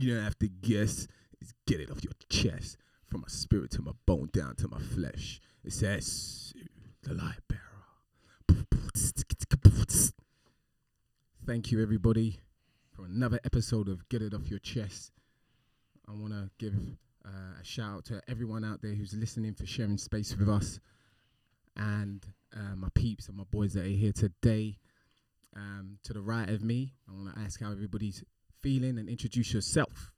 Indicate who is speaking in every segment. Speaker 1: to guess is get it off your chest. From my spirit to my bone, down to my flesh. It says, the light bearer. Thank you, everybody, for another episode of Get It Off Your Chest. I want to give uh, a shout out to everyone out there who's listening for sharing space with us and uh, my peeps and my boys that are here today. Um, to the right of me, I want to ask how everybody's feeling and introduce yourself.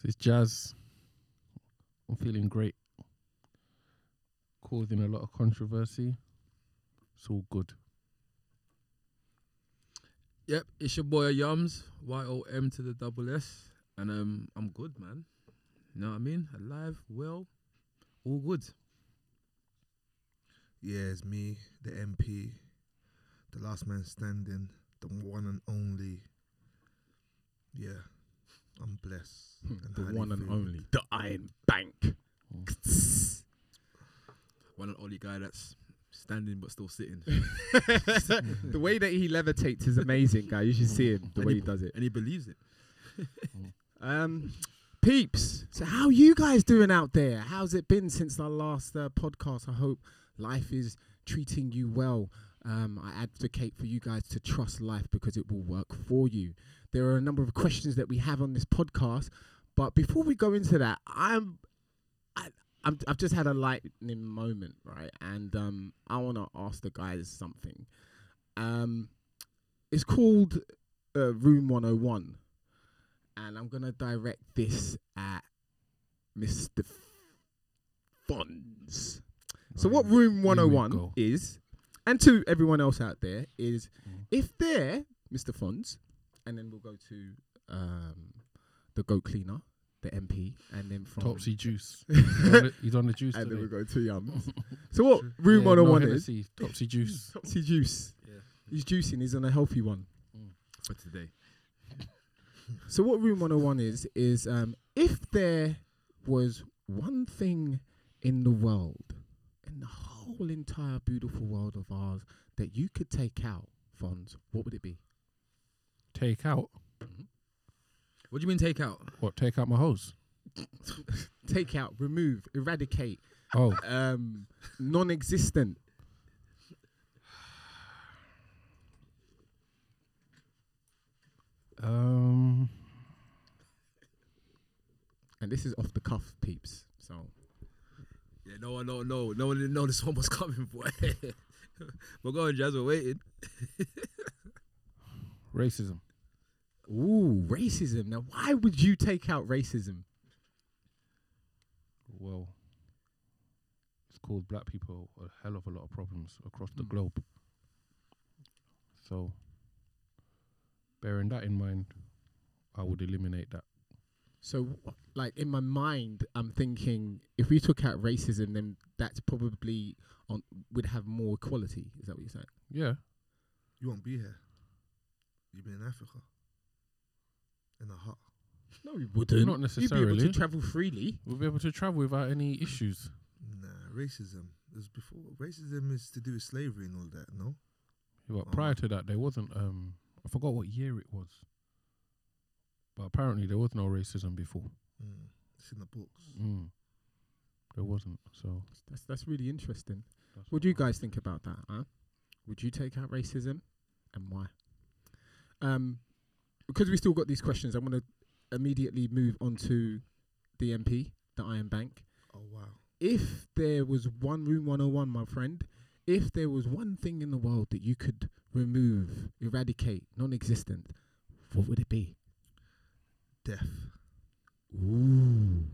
Speaker 2: This is Jazz. I'm feeling great. Causing a lot of controversy. It's all good.
Speaker 3: Yep, it's your boy Yums, Y O M to the double S, and um, I'm good, man. You know what I mean? Alive, well, all good.
Speaker 4: Yeah, it's me, the MP, the last man standing, the one and only. Yeah, I'm blessed.
Speaker 1: Hmm, The
Speaker 4: highly
Speaker 1: one and
Speaker 4: favored.
Speaker 1: only, the Iron Bank.
Speaker 3: One and only guy that's standing but still sitting,
Speaker 1: the way that he levitates is amazing, guy. You should see him, the way he does it.
Speaker 3: and he believes it.
Speaker 1: Um, peeps, so how you guys doing out there? How's it been since our last uh, podcast? I hope life is treating you well. Um, I advocate for you guys to trust life because it will work for you. There are a number of questions that we have on this podcast, but before we go into that, I'm, I, I'm I've just had a lightning moment, right? And um, I want to ask the guys something. Um, it's called uh, Room 101 and I'm gonna direct this at Mr. F- Fonz. So what room
Speaker 2: we
Speaker 1: 101
Speaker 2: go.
Speaker 1: is, and to everyone else out there, is
Speaker 2: Mm.
Speaker 1: if they're Mr. Fonz, and then we'll go to um, the goat cleaner, the MP, and then from
Speaker 2: Topsy juice. he's, on the, he's on the juice
Speaker 1: and
Speaker 2: today.
Speaker 1: then we'll go to Yums. so what room
Speaker 2: Yeah, no
Speaker 1: 101 is?
Speaker 2: Hennessy, Topsy juice.
Speaker 1: Topsy juice.
Speaker 3: Yeah.
Speaker 1: He's juicing. He's on a healthy one.
Speaker 3: For today,
Speaker 1: So what Room 101 is is um, if there was one thing in the world, in the whole entire beautiful world of ours, that you could take out, Fonz, what would it be?
Speaker 2: Take out.
Speaker 3: what do you mean take out?
Speaker 2: What? Take out my hose.
Speaker 1: Take out, remove, eradicate,
Speaker 2: Oh,
Speaker 1: um, non-existent.
Speaker 2: um,
Speaker 1: And this is off the cuff, peeps. So
Speaker 3: Yeah, no one, no, no, no one didn't know this one was coming, boy. We're going, Jazz. We're waiting.
Speaker 2: racism.
Speaker 1: Ooh, racism. Now, why would you take out racism?
Speaker 2: Well, it's caused black people a hell of a lot of problems across the
Speaker 1: Mm.
Speaker 2: globe. So, bearing that in mind, I would eliminate that.
Speaker 1: So, wh- like in my mind, I'm thinking if we took out racism, then that's probably on would have more equality. Is that what you're saying?
Speaker 2: Yeah.
Speaker 4: You won't be here. you be in Africa. In a hut.
Speaker 1: No, we wouldn't.
Speaker 2: Not
Speaker 1: You'd be able
Speaker 2: necessarily.
Speaker 1: to travel freely.
Speaker 2: We'll be able to travel without any issues.
Speaker 4: Nah, racism. It was before. Racism is to do with slavery and all that, no?
Speaker 2: But
Speaker 4: Oh.
Speaker 2: prior to that, there wasn't. Um, I forgot what year it was. But apparently, there was no racism before.
Speaker 4: Mm. It's in the books.
Speaker 2: Mm. There wasn't. So.
Speaker 1: That's that's really interesting.
Speaker 2: that's
Speaker 1: What do you
Speaker 2: why.
Speaker 1: guys think about that? Huh? Would you take out racism, and why? Um, because we still got these questions, I want to immediately move on to the MP, the Iron Bank.
Speaker 4: Oh, wow.
Speaker 1: if there was one room 101 my friend if there was one thing in the world that you could remove eradicate non-existent what would it be
Speaker 4: Death.
Speaker 1: ooh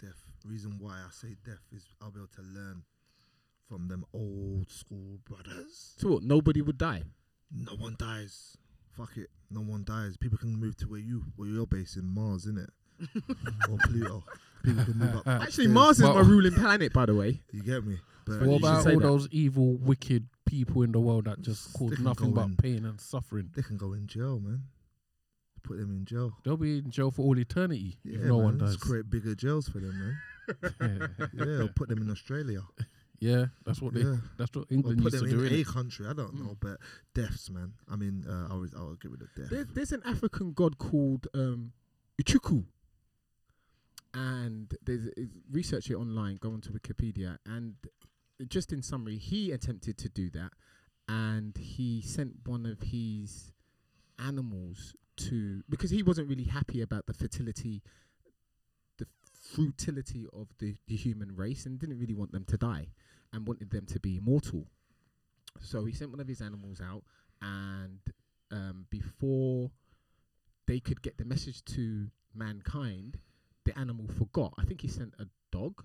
Speaker 4: Death. Reason why I say death is I'll be able to learn from them old school brothers.
Speaker 1: so what nobody would die
Speaker 4: No one dies. Fuck it. No one dies. People can move to where you where you're based in Mars, innit? or Pluto. People can
Speaker 2: Uh,
Speaker 4: move up.
Speaker 1: actually
Speaker 4: upstairs.
Speaker 1: mars is my
Speaker 2: Well-
Speaker 1: ruling planet by the way
Speaker 4: You get me? But
Speaker 1: You
Speaker 2: What
Speaker 1: should
Speaker 2: about
Speaker 1: say
Speaker 2: all
Speaker 1: that.
Speaker 2: those evil, wicked people in the world that just cause
Speaker 4: Stick 'em
Speaker 2: nothing but
Speaker 4: going.
Speaker 2: pain and suffering?
Speaker 4: they can go in jail, man. Put them in jail.
Speaker 2: They'll be in jail for all eternity
Speaker 4: Yeah,
Speaker 2: if no
Speaker 4: man.
Speaker 2: one
Speaker 4: Let's
Speaker 2: does.
Speaker 4: create bigger jails for them, man. Yeah, or put them in Australia.
Speaker 2: yeah, that's what they.
Speaker 4: yeah.
Speaker 2: That's what
Speaker 4: Or
Speaker 2: England
Speaker 4: put
Speaker 2: used
Speaker 4: them
Speaker 2: to do.
Speaker 4: in a
Speaker 2: innit?
Speaker 4: country. I don't
Speaker 2: Mm.
Speaker 4: know, but deaths, man. I mean, uh, I was, I'll get rid of death.
Speaker 1: there, there's an african god called um Uchuku. And there's is- research it online, go onto Wikipedia. And just in summary, he attempted to do that and he sent one of his animals to because he wasn't really happy about the fertility the fruitility of the, the human race and didn't really want them to die and wanted them to be immortal. So he sent one of his animals out and um, before they could get the message to mankind, the animal forgot. I think he sent a dog.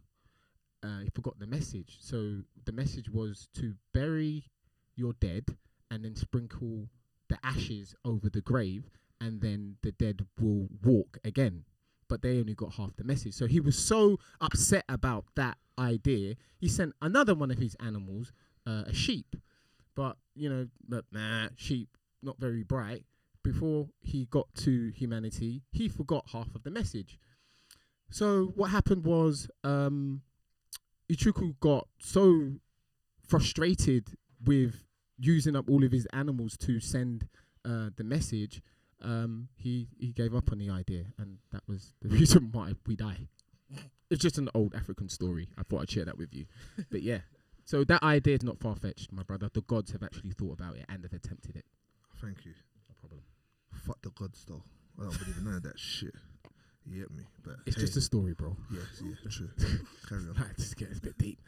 Speaker 1: Uh, he forgot the message. So the message was to bury your dead and then sprinkle the ashes over the grave, and then the dead will walk again. But they only got half the message. So he was so upset about that idea, he sent another one of his animals, uh, a sheep. But, you know, but, nah, sheep, not very bright before he got to humanity, he forgot half of the message. So what happened was um, Ichuku got so frustrated with using up all of his animals to send uh, the message, um, he he gave up on the idea, and that was the reason why we die. It's just an old African story. I thought I'd share that with you, but yeah. So that idea is not far fetched, my brother. The gods have actually thought about it and have attempted it.
Speaker 4: Thank you.
Speaker 1: No problem.
Speaker 4: Fuck the gods though. I don't believe in none of that shit. You get me? But
Speaker 1: It's
Speaker 4: hey,
Speaker 1: just a story, bro.
Speaker 4: yes, yeah, true. Carry on.
Speaker 1: Right, this gets a bit deep.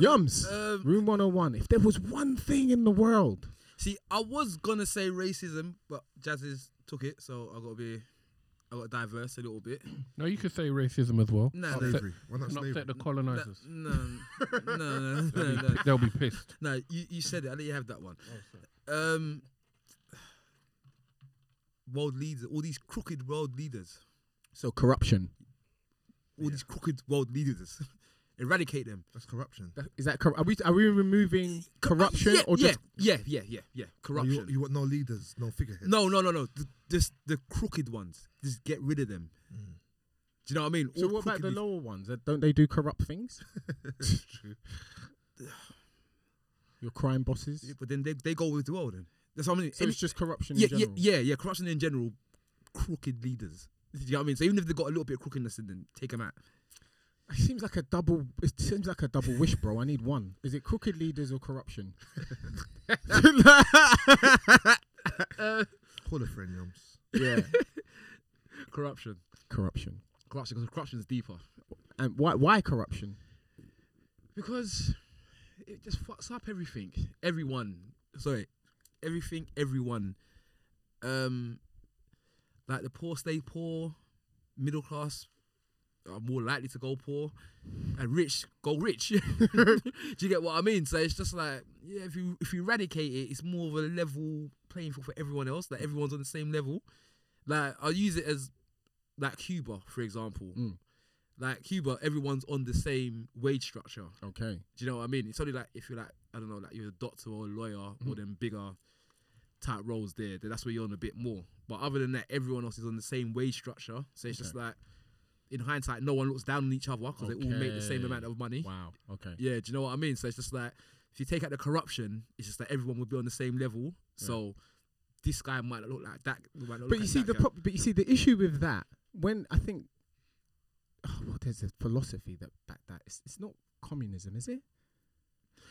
Speaker 1: Yums,
Speaker 3: Um,
Speaker 1: room 101. If there was one thing in the world,
Speaker 3: See, I was gonna say racism, but Jazzy's took it, so I gotta be, I gotta diverse a little bit.
Speaker 2: No, you could say racism as well.
Speaker 3: No, no,
Speaker 4: Slavery. Why not
Speaker 2: And
Speaker 4: slavery?
Speaker 2: upset the
Speaker 3: no,
Speaker 2: colonizers.
Speaker 3: no, no, no, no,
Speaker 2: They'll, be,
Speaker 3: no.
Speaker 2: they'll be pissed.
Speaker 3: No, you, you said it. I let you have that one.
Speaker 1: Oh,
Speaker 3: um, world leaders, all these crooked world leaders,
Speaker 1: so corruption.
Speaker 3: all these crooked world leaders, eradicate them.
Speaker 4: That's corruption.
Speaker 1: That- Is that corrupt? Are we are we removing Mm, corruption
Speaker 3: Uh, yeah,
Speaker 1: or
Speaker 3: yeah,
Speaker 1: just
Speaker 3: yeah, yeah, yeah, yeah,
Speaker 4: Oh,
Speaker 3: corruption?
Speaker 4: You, you want no leaders, no figureheads.
Speaker 3: no, no, no, no. The, just the crooked ones. Just get rid of them.
Speaker 4: Mm.
Speaker 3: Do you know what I mean?
Speaker 1: so?
Speaker 3: All
Speaker 1: What about
Speaker 3: crooked
Speaker 1: the
Speaker 3: lead-
Speaker 1: lower ones? Uh, Don't they do corrupt things?
Speaker 4: It's true.
Speaker 1: Your crime
Speaker 3: Yeah,
Speaker 1: bosses.
Speaker 3: but then they, they go with the world. Then that's what I mean.
Speaker 1: So
Speaker 3: Any-
Speaker 1: it's just corruption
Speaker 3: yeah,
Speaker 1: in general.
Speaker 3: yeah, yeah, yeah. Corruption in general, crooked leaders. Do you know what I mean? So even if they got a little bit of crookedness in them, take them out.
Speaker 1: It seems like a double. It seems like a double wish, bro. I need one. Is it crooked leaders or corruption?
Speaker 4: Call a friend, Yums.
Speaker 1: yeah,
Speaker 3: Corruption,
Speaker 1: corruption.
Speaker 3: corruption, because corruption's deeper.
Speaker 1: And why why corruption?
Speaker 3: Because it just fucks up everything. Everyone. Sorry. Everything, everyone. Um like the poor stay poor, middle class are more likely to go poor, and rich go rich. Do you get what I mean? So it's just like, yeah, if you if you eradicate it, it's more of a level playing field for everyone else. Like everyone's on the same level. Like I'll use it as like Cuba, for example.
Speaker 1: Mm.
Speaker 3: Like Cuba, everyone's on the same wage structure.
Speaker 1: Okay.
Speaker 3: Do you know what I mean? It's only like if you're like I don't know, like you're a doctor or a lawyer
Speaker 1: Mm.
Speaker 3: or them bigger type roles there, then that's where you're on a bit more. But other than that, everyone else is on the same wage structure. So it's just like in hindsight, no one looks down on each other because they all make the same
Speaker 1: Okay.
Speaker 3: amount of money.
Speaker 1: Wow. Okay.
Speaker 3: Yeah, do you know what I mean? So it's just like if you take out the corruption, it's just that everyone would be on the same level. So this guy might not look like that. Might not look
Speaker 1: But you
Speaker 3: like
Speaker 1: see
Speaker 3: that
Speaker 1: the
Speaker 3: guy.
Speaker 1: prob- but you see the issue with that when I think oh, well, there's a philosophy that back that it's, it's not communism, is it?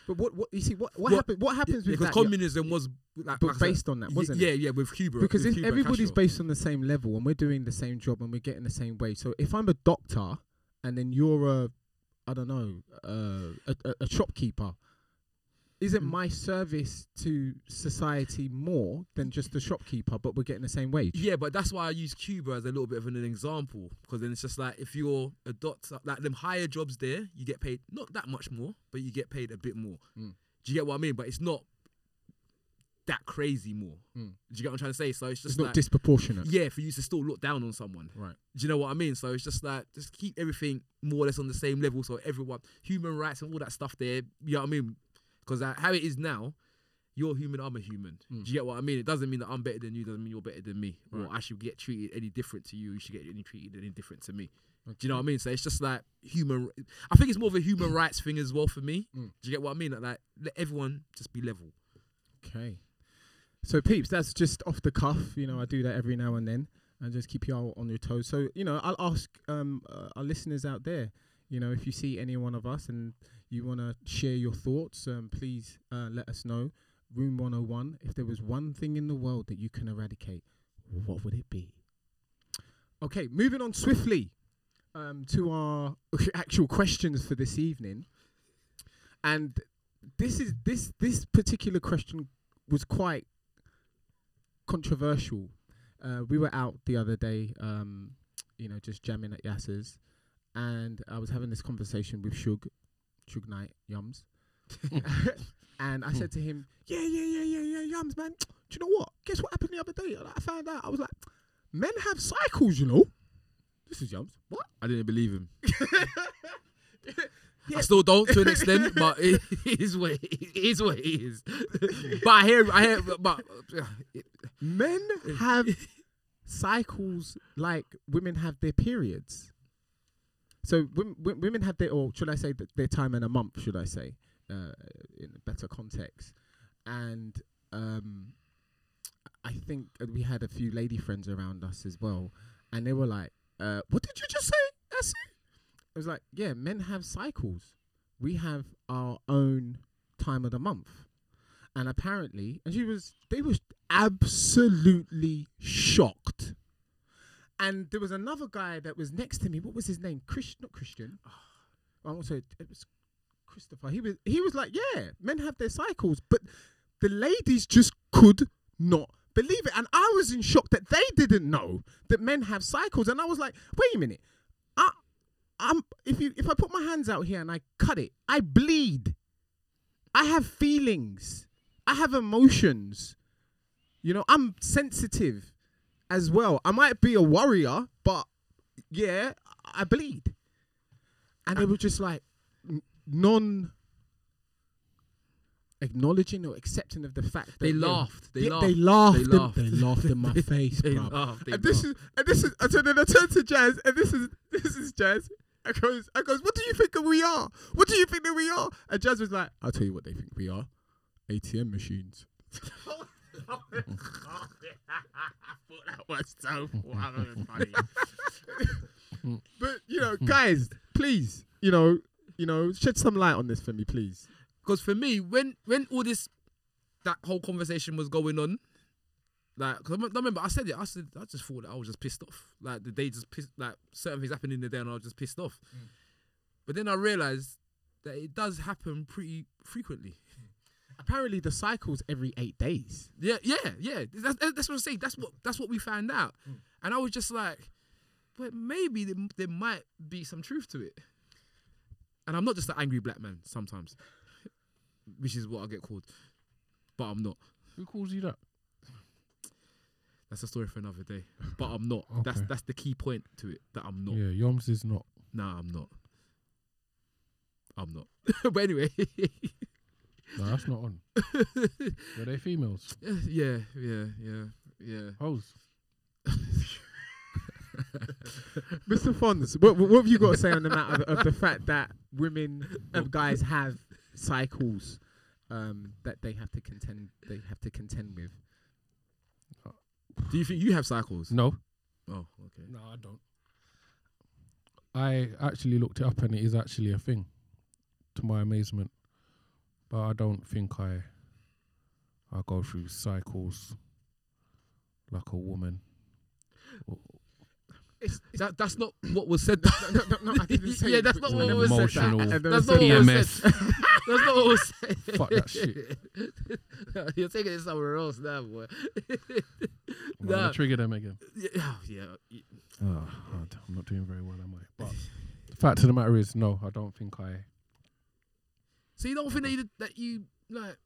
Speaker 1: But what what you see what what,
Speaker 3: Well,
Speaker 1: happen, what happens
Speaker 3: Yeah,
Speaker 1: with
Speaker 3: because
Speaker 1: that?
Speaker 3: communism was like,
Speaker 1: but
Speaker 3: like I said,
Speaker 1: based on that,
Speaker 3: y-
Speaker 1: wasn't
Speaker 3: yeah,
Speaker 1: it?
Speaker 3: yeah, with Cuba
Speaker 1: Because
Speaker 3: with
Speaker 1: if
Speaker 3: Cuba and
Speaker 1: everybody's
Speaker 3: Castro.
Speaker 1: based on the same level and we're doing the same job and we're getting the same wage. So if I'm a doctor and then you're a I don't know uh, a, a, a shopkeeper, isn't
Speaker 3: Mm.
Speaker 1: my service to society more than just the shopkeeper? But we're getting the same wage.
Speaker 3: Yeah, but that's why I use Cuba as a little bit of an example because then it's just like if you're a doctor, like them higher jobs there, you get paid not that much more, but you get paid a bit more.
Speaker 1: Mm.
Speaker 3: Do you get what I mean? But it's not that crazy more.
Speaker 1: Mm.
Speaker 3: Do you get what I'm trying to say? So it's just
Speaker 1: it's not
Speaker 3: like,
Speaker 1: disproportionate.
Speaker 3: yeah, for you to still look down on someone.
Speaker 1: Mm. Right.
Speaker 3: Do you know what I mean? So it's just like just keep everything more or less on the same level. So everyone, human rights and all that stuff there. You know what I mean? Because uh, how it is now, you're human, I'm a human.
Speaker 1: Mm.
Speaker 3: Do you get what I mean? It doesn't mean that I'm better than you. Doesn't mean you're better than me.
Speaker 1: Right.
Speaker 3: Or I should get treated any different to you. You should get any treated any different to me. Do you know what I mean? So it's just like human. I think it's more of a human rights thing as well for me.
Speaker 1: Mm.
Speaker 3: Do you get what I mean? Like, like let everyone just be level.
Speaker 1: Okay. So peeps, that's just off the cuff. You know, I do that every now and then. and just keep you all on your toes. So you know, I'll ask um, uh, our listeners out there, you know, if you see any one of us and you want to share your thoughts, um, please uh, let us know. Room 101. If there was one thing in the world that you can eradicate, what would it be? Okay, moving on swiftly um, to our actual questions for this evening, and this is this this particular question was quite controversial. Uh, we were out the other day, um, you know, just jamming at Yasser's, and I was having this conversation with Shug, Shug Knight Yums, and I said to him, "Yeah, yeah, yeah, yeah, yeah, Yums, man. Do you know what? Guess what happened the other day? I found out. I was like, men have cycles, you know." This is Yums. What?
Speaker 3: I didn't believe him.
Speaker 1: Yeah.
Speaker 3: I still don't to an extent, but it is what it is. What it is. but I hear, I hear, but
Speaker 1: Men have cycles like women have their periods. So women, women have their, or should I say, that their time in a month? Should I say, uh, in a better context? And um, I think uh, we had a few lady friends around us as well, and they were like, uh, "What did you just say?" That's it. I was like, "Yeah, men have cycles. We have our own time of the month." And apparently, and she was, they was absolutely shocked. And there was another guy that was next to me. What was his name? Chris, not Christian. I want to say it was Christopher. He was he was like, yeah, men have their cycles, but the ladies just could not believe it. And I was in shock that they didn't know that men have cycles. And I was like, wait a minute, I, I'm if you if I put my hands out here and I cut it, I bleed. I have feelings. I have emotions. You know, I'm sensitive as well. I might be a warrior, but yeah, I bleed. And they were just like n- non acknowledging or accepting of the fact that
Speaker 3: they
Speaker 1: yeah,
Speaker 3: laughed. They
Speaker 1: yeah,
Speaker 3: laughed.
Speaker 1: They laughed.
Speaker 3: They
Speaker 1: in-
Speaker 3: laughed.
Speaker 1: They laughed in my face,
Speaker 3: They
Speaker 1: bro.
Speaker 3: laughed. They
Speaker 1: And this
Speaker 3: laughed.
Speaker 1: is and this is and so then I turn to Jazz and this is this is Jazz. I goes I goes, What do you think that we are? What do you think that we are? And Jazz was like, I'll tell you what they think we are. ATM machines.
Speaker 3: that was so funny.
Speaker 1: But you know,
Speaker 3: Hmm.
Speaker 1: guys, please, you know, you know, shed some light on this for me, please.
Speaker 3: Because for me, when when all this that whole conversation was going on, like, 'cause I remem- I remember I said it. I said I just thought that I was just pissed off. Like the day just pissed. Like certain things happened in the day, and I was just pissed off.
Speaker 1: Mm.
Speaker 3: But then I realized that it does happen pretty frequently.
Speaker 1: Apparently the cycle's every eight days.
Speaker 3: Yeah, yeah, yeah. That's, that's that's what I'm saying. That's what that's what we found out. And I was just like, but maybe there, there might be some truth to it. And I'm not just an angry black man sometimes, which is what I get called. But I'm not.
Speaker 2: Who calls you that?
Speaker 3: That's a story for another day. But I'm not. That's
Speaker 2: Okay.
Speaker 3: that's the key point to it. That I'm not.
Speaker 2: Yeah, Yoms is not.
Speaker 3: Nah, I'm not. I'm not. but anyway,
Speaker 2: No, that's not on. Were they females?
Speaker 3: yeah, yeah, yeah, yeah.
Speaker 2: Hoes.
Speaker 1: Mr. Fons, what, what have you got to say on the matter of, of the fact that women and guys have cycles um, that they have to contend they have to contend with?
Speaker 3: Do you think you have cycles?
Speaker 2: No.
Speaker 3: Oh, okay.
Speaker 2: No, I don't. I actually looked it up and it is actually a thing, to my amazement. But I don't think I I go through cycles like a woman.
Speaker 3: That, that's not what was said.
Speaker 1: No, no, no, I didn't say
Speaker 3: yeah, that's not
Speaker 2: An
Speaker 3: what was said.
Speaker 2: emotional-
Speaker 3: That.
Speaker 1: I- I've never
Speaker 3: That's
Speaker 1: said
Speaker 3: not what
Speaker 1: that.
Speaker 3: was said. That's not what was said.
Speaker 2: Fuck that shit.
Speaker 3: You're taking it somewhere else now, boy.
Speaker 2: I'm gonna
Speaker 3: Nah.
Speaker 2: trigger them again.
Speaker 3: Yeah, oh, yeah. y-
Speaker 2: Oh, God, I'm not doing very well, am I? But the fact of the matter is, no, I don't think I.
Speaker 3: So you don't think that you, that you like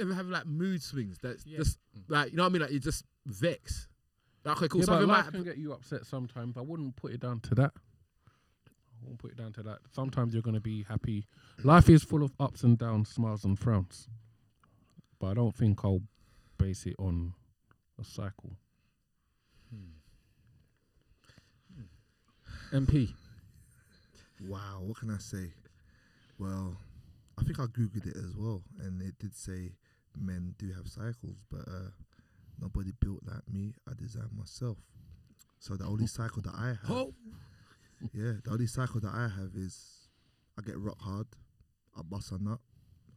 Speaker 3: ever have like mood swings? That's
Speaker 1: Yeah.
Speaker 3: just like you know what I mean. Like you just vex. Like, okay, cool.
Speaker 2: Yeah, but
Speaker 3: something
Speaker 2: life
Speaker 3: might.
Speaker 2: can get you upset sometimes. I wouldn't put it down to that. I wouldn't put it down to that. Sometimes you're gonna be happy. Life is full of ups and downs, smiles and frowns. But I don't think I'll base it on a cycle.
Speaker 1: MP.
Speaker 4: Wow, what can I say? Well, I think I googled it as well, and it did say men do have cycles, but uh, nobody built like me. I designed myself. So the only cycle that I have,
Speaker 3: Oh,
Speaker 4: yeah, the only cycle that I have is I get rock hard, I bust a nut,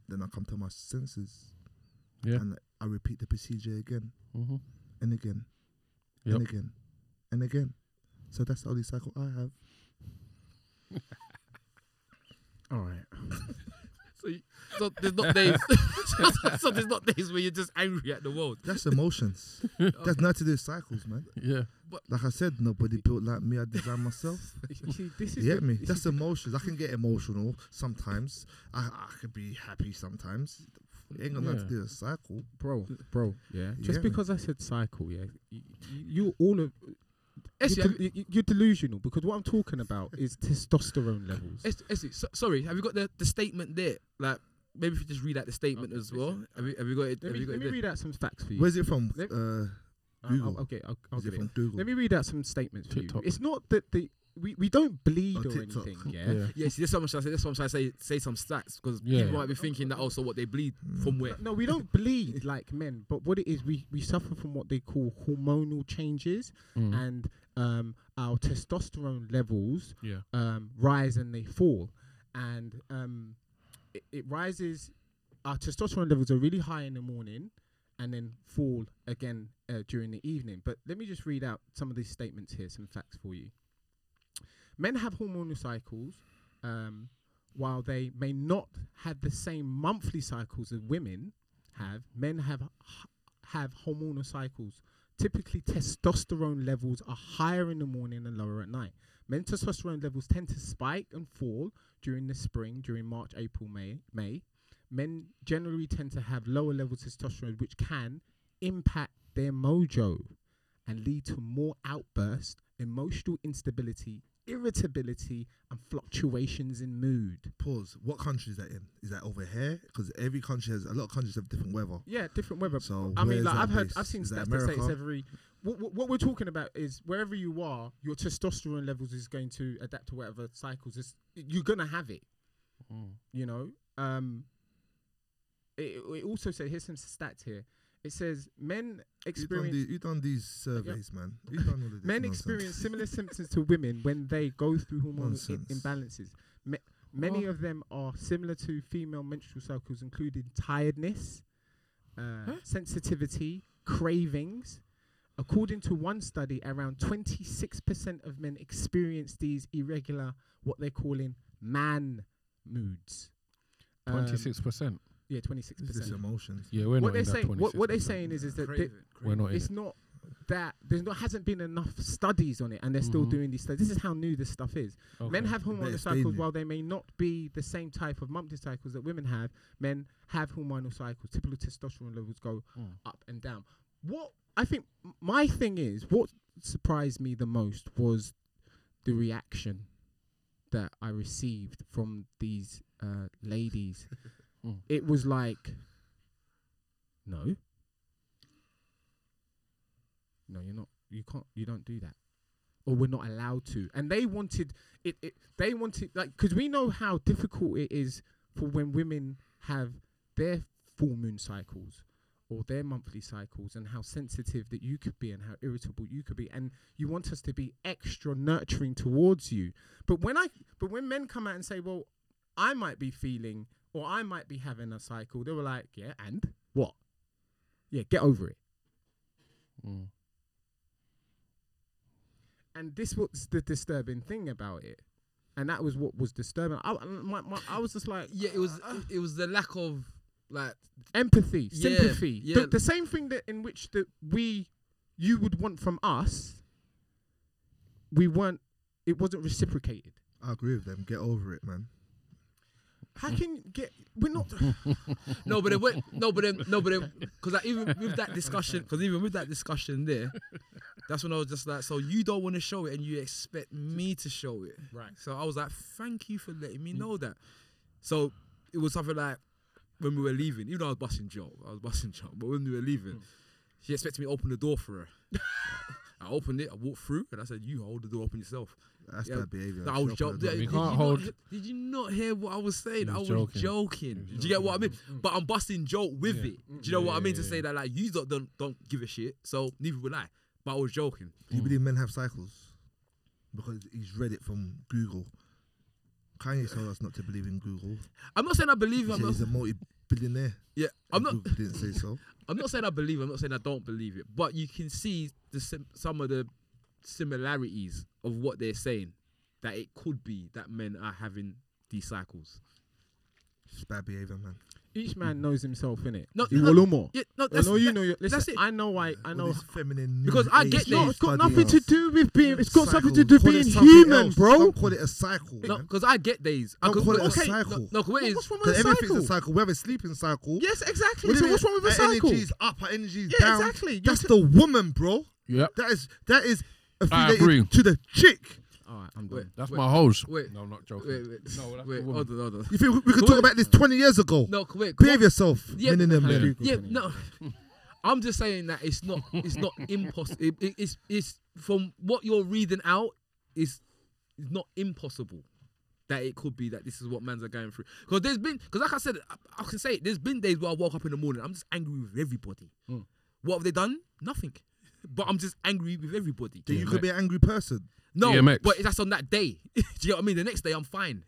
Speaker 4: then I come to my senses,
Speaker 2: Yeah.
Speaker 4: and I repeat the procedure again
Speaker 2: Mm-hmm.
Speaker 4: and again and
Speaker 2: Yep.
Speaker 4: again and again. So that's the only cycle I have.
Speaker 1: All right.
Speaker 3: so, you- so there's not days. so there's not days where you're just angry at the world.
Speaker 4: That's emotions. that's nothing to do with cycles, man.
Speaker 2: Yeah.
Speaker 4: Like I said, nobody built like me. I designed myself.
Speaker 1: See, this is
Speaker 4: You
Speaker 1: the-
Speaker 4: get me?
Speaker 1: this is
Speaker 4: That's emotions. I can get emotional sometimes. I I could be happy sometimes. It ain't got nothing
Speaker 2: Yeah.
Speaker 4: to do with cycle.
Speaker 1: bro, bro. Yeah. Just
Speaker 4: Yeah.
Speaker 1: because I said cycle, yeah, you, you all of
Speaker 3: Essie,
Speaker 1: you're,
Speaker 3: have you,
Speaker 1: del- you- you're delusional because what I'm talking about is testosterone levels.
Speaker 3: Es- Essie, so, sorry, have you got the, the statement there? Like maybe if you just read out the statement as well. Have you, have you got
Speaker 1: Let
Speaker 3: it? Have
Speaker 1: me,
Speaker 3: you got
Speaker 1: let
Speaker 3: it
Speaker 1: me
Speaker 3: there?
Speaker 1: read out some facts for you.
Speaker 4: Where's it from?
Speaker 1: Let-
Speaker 4: Uh,
Speaker 1: Uh, I'll-
Speaker 4: Google?
Speaker 1: okay, I'll, I'll
Speaker 4: is
Speaker 1: get
Speaker 4: it
Speaker 1: it.
Speaker 4: from Google?
Speaker 1: Let me read out some statements for you.
Speaker 2: TikTok.
Speaker 1: It's not that the we, we don't bleed
Speaker 4: Oh,
Speaker 1: or
Speaker 4: TikTok.
Speaker 1: anything,
Speaker 2: Yeah.
Speaker 1: yeah.
Speaker 2: Yeah.
Speaker 3: Yeah, see, that's what I'm trying to say. That's what I'm trying to say. Say some stats because
Speaker 2: Yeah.
Speaker 3: people might be thinking that also what they bleed
Speaker 4: Hmm.
Speaker 3: from where.
Speaker 1: No, we don't bleed like men, but what it is, we, we suffer from what they call hormonal changes,
Speaker 2: Mm.
Speaker 1: and um, our testosterone levels
Speaker 2: yeah.
Speaker 1: um, rise and they fall, and um, it, it rises. Our testosterone levels are really high in the morning, and then fall again uh, during the evening. But let me just read out some of these statements here, some facts for you. Men have hormonal cycles, um, while they may not have the same monthly cycles as women have. Men have h- have hormonal cycles. Typically, testosterone levels are higher in the morning and lower at night. Men testosterone levels tend to spike and fall during the spring, during March, April, May. May. Men generally tend to have lower levels of testosterone, which can impact their mojo and lead to more outbursts, emotional instability, irritability, and fluctuations in mood.
Speaker 4: Pause. What country is that in? Is that over here? Because every country has a lot of countries have different weather.
Speaker 1: Yeah, different weather.
Speaker 4: So
Speaker 1: I
Speaker 4: where
Speaker 1: mean,
Speaker 4: is
Speaker 1: like
Speaker 4: that
Speaker 1: I've heard,
Speaker 4: based?
Speaker 1: I've seen
Speaker 4: Is that
Speaker 1: stats that say it's
Speaker 4: America?
Speaker 1: every. What, what, what we're talking about is wherever you are, your testosterone levels is going to adapt to whatever cycles. It's, you're gonna have it.
Speaker 2: Mm.
Speaker 1: you know. Um, it, it also says here's some stats here. It says men
Speaker 4: You done,
Speaker 1: experience
Speaker 4: these, you done these surveys, man. You done all of this
Speaker 1: men
Speaker 4: nonsense.
Speaker 1: experience similar symptoms to women when they go through hormonal I-
Speaker 4: Nonsense.
Speaker 1: imbalances. Ma- many of them are similar to female menstrual cycles, including tiredness, uh, sensitivity, cravings. According to one study, around 26% of men experience these irregular, what they're calling man moods. Um,
Speaker 2: Twenty six percent.
Speaker 1: yeah, 26%.
Speaker 4: It's just emotions.
Speaker 2: Yeah, we're
Speaker 1: what
Speaker 2: not
Speaker 1: they're
Speaker 2: in that
Speaker 1: saying, what, what they're
Speaker 2: 26%.
Speaker 1: saying is, is that they,
Speaker 3: Craving,
Speaker 2: We're
Speaker 3: craving.
Speaker 2: not in.
Speaker 1: it's
Speaker 2: it.
Speaker 1: not that there's not hasn't been enough studies on it, and they're still
Speaker 2: Mhm.
Speaker 1: doing these studies. This is how new this stuff is. Men
Speaker 2: Okay.
Speaker 1: have
Speaker 4: Better
Speaker 1: hormonal
Speaker 4: stay
Speaker 1: cycles,
Speaker 4: new.
Speaker 1: while they may not be the same type of monthly cycles that women have. Men have hormonal cycles. Typical testosterone levels go
Speaker 2: Mm.
Speaker 1: up and down. What I think m- my thing is, what surprised me the most was the reaction that I received from these uh, ladies.
Speaker 2: Mm.
Speaker 1: It was like, no, no, you're not. You can't. You don't do that. Or we're not allowed to. And they wanted it. it they wanted like because we know how difficult it is for when women have their full moon cycles or their monthly cycles and how sensitive that you could be and how irritable you could be and you want us to be extra nurturing towards you but when i but when men come out and say well i might be feeling or i might be having a cycle they were like yeah and what yeah get over it
Speaker 2: Mm.
Speaker 1: and this was the disturbing thing about it and that was what was disturbing i, my, my, I was just like
Speaker 3: Yeah, it was. It, it was the lack of like.
Speaker 1: empathy,
Speaker 3: Yeah,
Speaker 1: sympathy,
Speaker 3: yeah.
Speaker 1: The, the same thing that in which that we you would want from us, we weren't. It wasn't reciprocated.
Speaker 4: I agree with them. Get over it, man.
Speaker 3: Mm.
Speaker 1: How can you get? We're not.
Speaker 3: No, but it went. No, but then. No, but then. Because like, even with that discussion, because even with that discussion there, that's when I was just like, so you don't want to show it, and you expect me to show it.
Speaker 1: Right.
Speaker 3: So I was like, thank you for letting me know that. So it was something like when we were leaving, even though I was busting Joe, I was busting Joe, but when we were leaving, she expected me to open the door for her. I opened it, I walked through, and I said, You hold the door open yourself.
Speaker 4: That's
Speaker 3: Yeah,
Speaker 4: bad behavior.
Speaker 3: That I was
Speaker 4: Shut up,
Speaker 3: joking.
Speaker 4: man.
Speaker 3: Did,
Speaker 2: We
Speaker 3: did
Speaker 2: can't
Speaker 3: you
Speaker 2: hold-
Speaker 3: not, he- did you not hear what I was saying?
Speaker 2: He
Speaker 3: I
Speaker 2: was
Speaker 3: was
Speaker 2: joking.
Speaker 3: joking.
Speaker 2: was
Speaker 3: Do you get what I mean? But I'm busting joke with
Speaker 2: Yeah.
Speaker 3: it. Do you know what I mean?
Speaker 2: Yeah,
Speaker 3: To
Speaker 2: yeah,
Speaker 3: say
Speaker 2: yeah.
Speaker 3: that like you don't, don't don't give a shit, so neither will I. but I was joking.
Speaker 4: Do you believe men have cycles? Because he's read it from Google. Kanye told us not to believe in Google.
Speaker 3: I'm not saying I
Speaker 4: He
Speaker 3: believe.
Speaker 4: said
Speaker 3: I'm not,
Speaker 4: he's a multi-billionaire.
Speaker 3: yeah, I'm
Speaker 4: and
Speaker 3: not.
Speaker 4: Google didn't say so.
Speaker 3: I'm not saying I believe. it, I'm not saying I don't believe it. But you can see the sim- some of the similarities of what they're saying. That it could be that men are having these cycles.
Speaker 4: It's bad behavior, man.
Speaker 1: Each man knows himself, innit?
Speaker 3: No,
Speaker 1: you
Speaker 3: no,
Speaker 1: will or more.
Speaker 3: Yeah, no,
Speaker 1: I
Speaker 3: that's,
Speaker 1: know you
Speaker 3: that-
Speaker 1: know. your- Listen,
Speaker 3: that's it.
Speaker 1: I know. I I
Speaker 4: All
Speaker 1: know.
Speaker 4: this feminine.
Speaker 3: Because
Speaker 4: new
Speaker 3: I get
Speaker 4: age
Speaker 3: that.
Speaker 1: No, it's got
Speaker 4: study
Speaker 1: nothing to
Speaker 4: else.
Speaker 1: do with being. It's got something to
Speaker 4: Cycles.
Speaker 1: do with
Speaker 4: Call it
Speaker 1: being
Speaker 4: something
Speaker 1: human,
Speaker 4: else.
Speaker 1: bro.
Speaker 4: Some call it a cycle.
Speaker 3: No,
Speaker 4: man.
Speaker 3: because I get days. I
Speaker 4: Don't
Speaker 3: could,
Speaker 4: call it a
Speaker 3: okay, no,
Speaker 4: cycle.
Speaker 3: no, 'cause what it
Speaker 1: Well,
Speaker 3: is-
Speaker 1: what's wrong with
Speaker 4: 'Cause
Speaker 1: a
Speaker 4: everything's
Speaker 1: cycle?
Speaker 4: a cycle. We have a sleeping cycle.
Speaker 1: Yes, exactly.
Speaker 4: What do
Speaker 1: So
Speaker 4: you
Speaker 1: what's
Speaker 4: mean?
Speaker 1: wrong with a
Speaker 4: Our
Speaker 1: cycle?
Speaker 4: energy's up, our energy's
Speaker 1: Yeah,
Speaker 4: down.
Speaker 1: exactly. You
Speaker 4: That's
Speaker 1: t-
Speaker 4: the woman, bro.
Speaker 2: Yep.
Speaker 4: That is that is
Speaker 2: I
Speaker 4: affiliated
Speaker 2: agree.
Speaker 4: to the chick.
Speaker 1: All right, I'm
Speaker 3: Wait,
Speaker 1: done.
Speaker 2: That's
Speaker 3: wait,
Speaker 2: my hose.
Speaker 3: wait,
Speaker 2: No, I'm not joking.
Speaker 3: Wait, wait,
Speaker 2: No, that's
Speaker 3: wait,
Speaker 2: the
Speaker 3: hold
Speaker 2: woman.
Speaker 3: on, hold on.
Speaker 4: You think we, we could
Speaker 3: Go
Speaker 4: talk
Speaker 3: on.
Speaker 4: about this 20 years ago?
Speaker 3: No, wait, go
Speaker 4: Behave yourself,
Speaker 3: Yeah,
Speaker 4: men and them,
Speaker 1: no,
Speaker 4: men.
Speaker 1: Google
Speaker 3: Yeah,
Speaker 1: thing.
Speaker 3: no. I'm just saying that it's not it's not impossible. It, it- it's it's from what you're reading out is it's not impossible that it could be that this is what man's are going through. Because there's been because like I said, I, I can say it, there's been days where I woke up in the morning, I'm just angry with everybody.
Speaker 1: Mm.
Speaker 3: What have they done? Nothing. But I'm just angry with everybody.
Speaker 4: So you could be an angry person.
Speaker 3: No,
Speaker 2: DMX.
Speaker 3: but that's on that day. Do you know what I mean? The next day I'm fine.